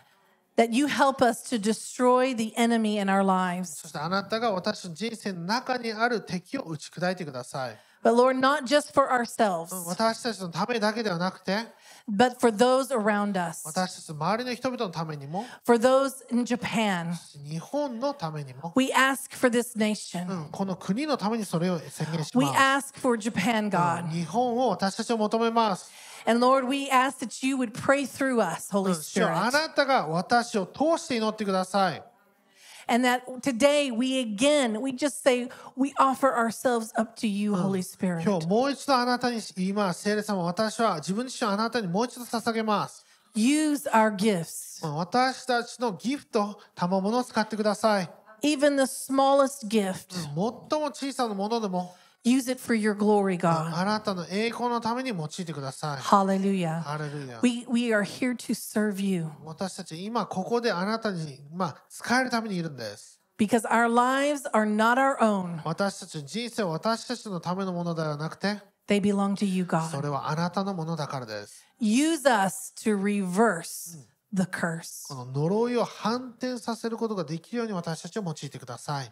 S1: that you help us to destroy the enemy in our lives.
S2: そしてあなたが私の人生の中にある敵を打ち砕いてください。
S1: But Lord, not just for ourselves,
S2: 私たちのためだけではなくて、
S1: but for those around us,
S2: 私たちの周りの人々のためにも、
S1: for those in Japan.
S2: 日本のためにも、
S1: We ask for this nation.
S2: この国のためにそれを宣言し
S1: We
S2: ま
S1: ask for Japan,
S2: す。
S1: God.
S2: 日本を私たちを求めます。
S1: And Lord, we ask that you would pray through us, Holy
S2: 主よあ
S1: Spirit.
S2: なたが私を通して祈ってください。
S1: And that today we again, we just say, we offer ourselves up to you, Holy Spirit.
S2: 今日もう一度あなたに言います。聖霊様、私は自分自身をあなたにもう一度捧げます。
S1: Use our gifts,
S2: 私たちのギフト、賜物を使ってください。
S1: even the smallest gift.
S2: 最も小さなものでも、
S1: Use it for your glory, God.
S2: あなたの栄光のために用いてください。
S1: Hallelujah.
S2: ハレルヤ。
S1: We, we are here to serve you
S2: 私たち今ここであなたに、まあ、使えるためにいるんです。
S1: because our lives are not our own,
S2: 私たちの人生は私たちのためのものではなくて、
S1: they belong to you,
S2: そ
S1: God.
S2: れはあなたのものだからです。
S1: Use us to reverse the curse.
S2: この呪いを反転させることができるように私たちを用いてください。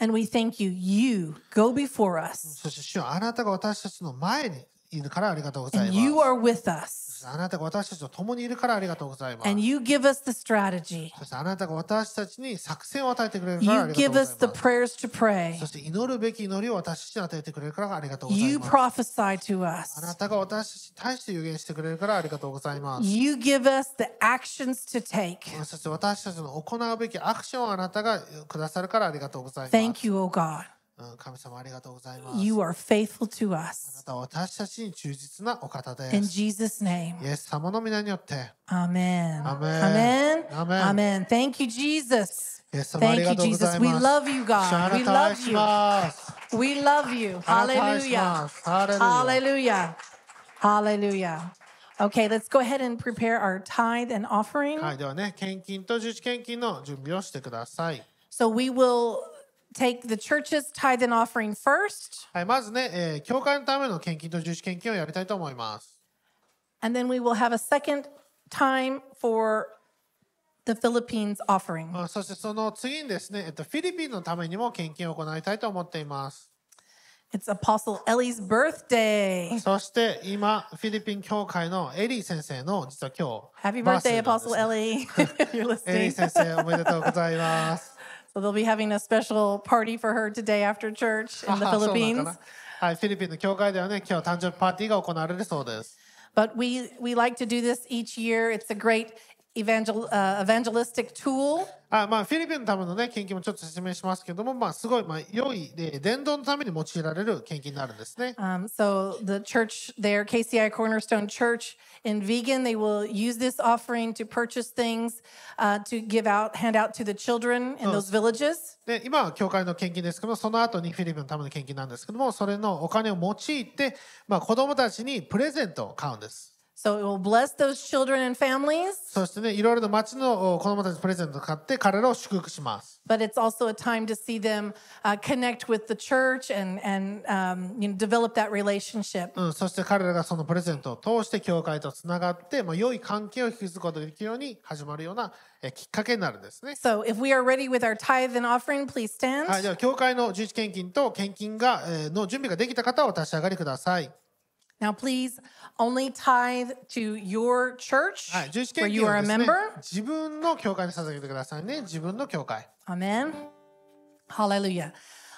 S1: And we thank you. You go before us,
S2: そして主よあなたが私たちの前にいるからありがとうござい
S1: and
S2: ます。
S1: you are with us,
S2: あなたが私たちと共にいるからありがとうございます。
S1: and you give us the strategy.
S2: そしてあなたが私たちに作戦を与えてくれるからあ
S1: You
S2: りがとう
S1: give
S2: ござ
S1: us
S2: いま
S1: the
S2: す。
S1: prayers to pray.
S2: そして祈るべき祈りを私たちに与えてくれるからありがとうござい
S1: You
S2: ます。
S1: prophesy to
S2: あな
S1: us.
S2: たが私たちに対して予言してくれるからありがとうございます。
S1: You give us the actions to take.
S2: そして私たちの行うべきアクションをあなたがくださるからありがとうございます。
S1: Thank you, O God.
S2: うん神様ありがとうございます。
S1: You are faithful to
S2: あな
S1: us.
S2: たは私たちに忠実なお方で
S1: In
S2: す。
S1: Jesus' name,
S2: イエス様の皆によって。
S1: amen.
S2: Amen.
S1: Amen.
S2: Amen.
S1: Amen. Thank you, Jesus.
S2: イエス様あり
S1: Thank
S2: が
S1: you,
S2: とうござ
S1: Jesus.
S2: い
S1: We
S2: ます。
S1: love you,
S2: 主あ
S1: God.
S2: な
S1: We
S2: た愛
S1: love
S2: し
S1: you.
S2: ます。
S1: We love you.
S2: あなた愛し
S1: Hallelujah.
S2: ますハレル
S1: Hallelujah.
S2: ヤ。
S1: Hallelujah. Okay, let's go ahead and prepare our tithe and offering.
S2: はい、ではね、献金と十字献金の準備をしてください。
S1: So we will take the church's tithe and offering first,
S2: はい、まずね、えー教会のための献金と十字献金をやりたいと思います。
S1: and then we will have a second time for the Philippines offering.
S2: あそしてその次にですね、えっと、フィリピンのためにも献金を行いたいと思っています。
S1: It's Apostle Ellie's birthday.
S2: そして今、フィリピン教会のエリー先生の、実は今
S1: Happy
S2: 日、バース
S1: birthday,
S2: デーなんです
S1: Apostle Ellie.
S2: ね
S1: You're
S2: エリー
S1: listening.
S2: 先生、おめでとうございます。
S1: So they'll be having a special party for her today after church in the
S2: あそうなのかな
S1: Philippines.
S2: はい、フィリピンの教会ではね、今日誕生日パーティーが行われるそうです。
S1: But we we like to do this each year. It's a great evangel uh, evangelistic tool.
S2: あまあ、フィリピンのための、ね、献金もちょっと説明しますけども、まあ、すごい、まあ、良い、で伝道のために用いられる献金になるんですね。
S1: Um, so the church there, KCI Cornerstone Church in Vegan, they will use this offering to purchase things uh, to give out, hand out to the children in those villages.
S2: で今は教会の献金ですけどもその後にフィリピンのための献金なんですけどもそれのお金を用いて、まあ、子供たちにプレゼントを買うんです。
S1: So it will bless those children and families.
S2: そしてね、いろいろな町のお子供たちにプレゼントを買って彼らを祝福します。
S1: But it's also a time to see them uh, connect with the church and and um, you know, develop that relationship.
S2: うん、そして彼らがそのプレゼントを通して教会とつながって、まあ、良い関係を築くことができるように始まるようなえきっかけになるんですね。
S1: So if we are ready with our tithe and offering, please stand.
S2: はい、では教会の十字献金と献金が、えーの準備ができた方はお立ち上がりください。
S1: Now, please only tithe to your church
S2: はい、十字
S1: where
S2: 献
S1: you
S2: 金
S1: are
S2: は
S1: a
S2: ですね
S1: member.、
S2: 自分の教会に捧げてくださいね。自分の教会。
S1: Amen. Hallelujah.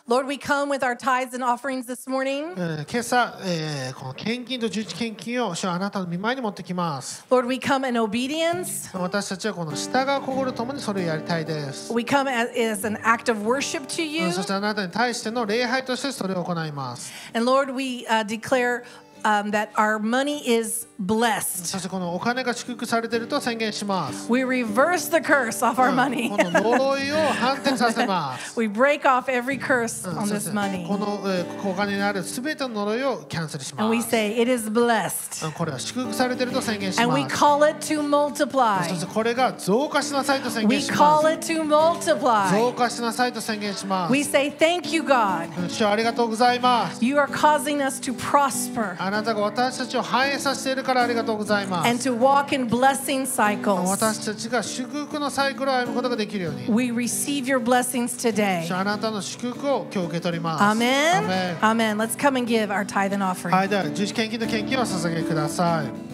S1: Lord, we come with our tithes and offerings this morning.
S2: えー今朝、えーこの献金と十字献金を主はあなたの御前に持ってきます
S1: Lord, we come in obedience.
S2: 私たちはこの従う心ともにそれをやりたいです、
S1: We come as, as an act of worship to
S2: う
S1: you.
S2: んそしてあなたに対しての礼拝としてそれを行います
S1: And Lord, we uh, declare um, that our money is blessed.
S2: そしてこのお金が祝福されていると宣言します、
S1: We reverse the curse off our
S2: うん
S1: money.
S2: この呪いを反転させます
S1: we break off every curse
S2: うん
S1: on
S2: そし
S1: this
S2: て
S1: money.
S2: この、えーお金にあるすべての呪いをキャンセルしま
S1: And
S2: す
S1: we say, It is blessed.
S2: うんこれは祝福されていると宣言し
S1: And we
S2: ます
S1: call it to multiply.
S2: そしてこれが増加しなさいと宣
S1: We
S2: 言しま
S1: call
S2: す
S1: it to multiply.
S2: 増加しなさいと宣言します
S1: We say, Thank you, God.
S2: うん主よありがとうございます
S1: You are causing us to prosper
S2: あなたが私たちを反映させているからありがとうございま
S1: and
S2: す
S1: to walk in blessing cycles.
S2: 私たちが祝福のサイクルを歩むことができるように
S1: We receive your blessings today.
S2: 主よあなたの祝福を今日受け取ります
S1: Amen.
S2: アメ
S1: Amen.
S2: ン
S1: Let's come and give our tithe and offering.
S2: はいでは十字献金の献金をお捧げください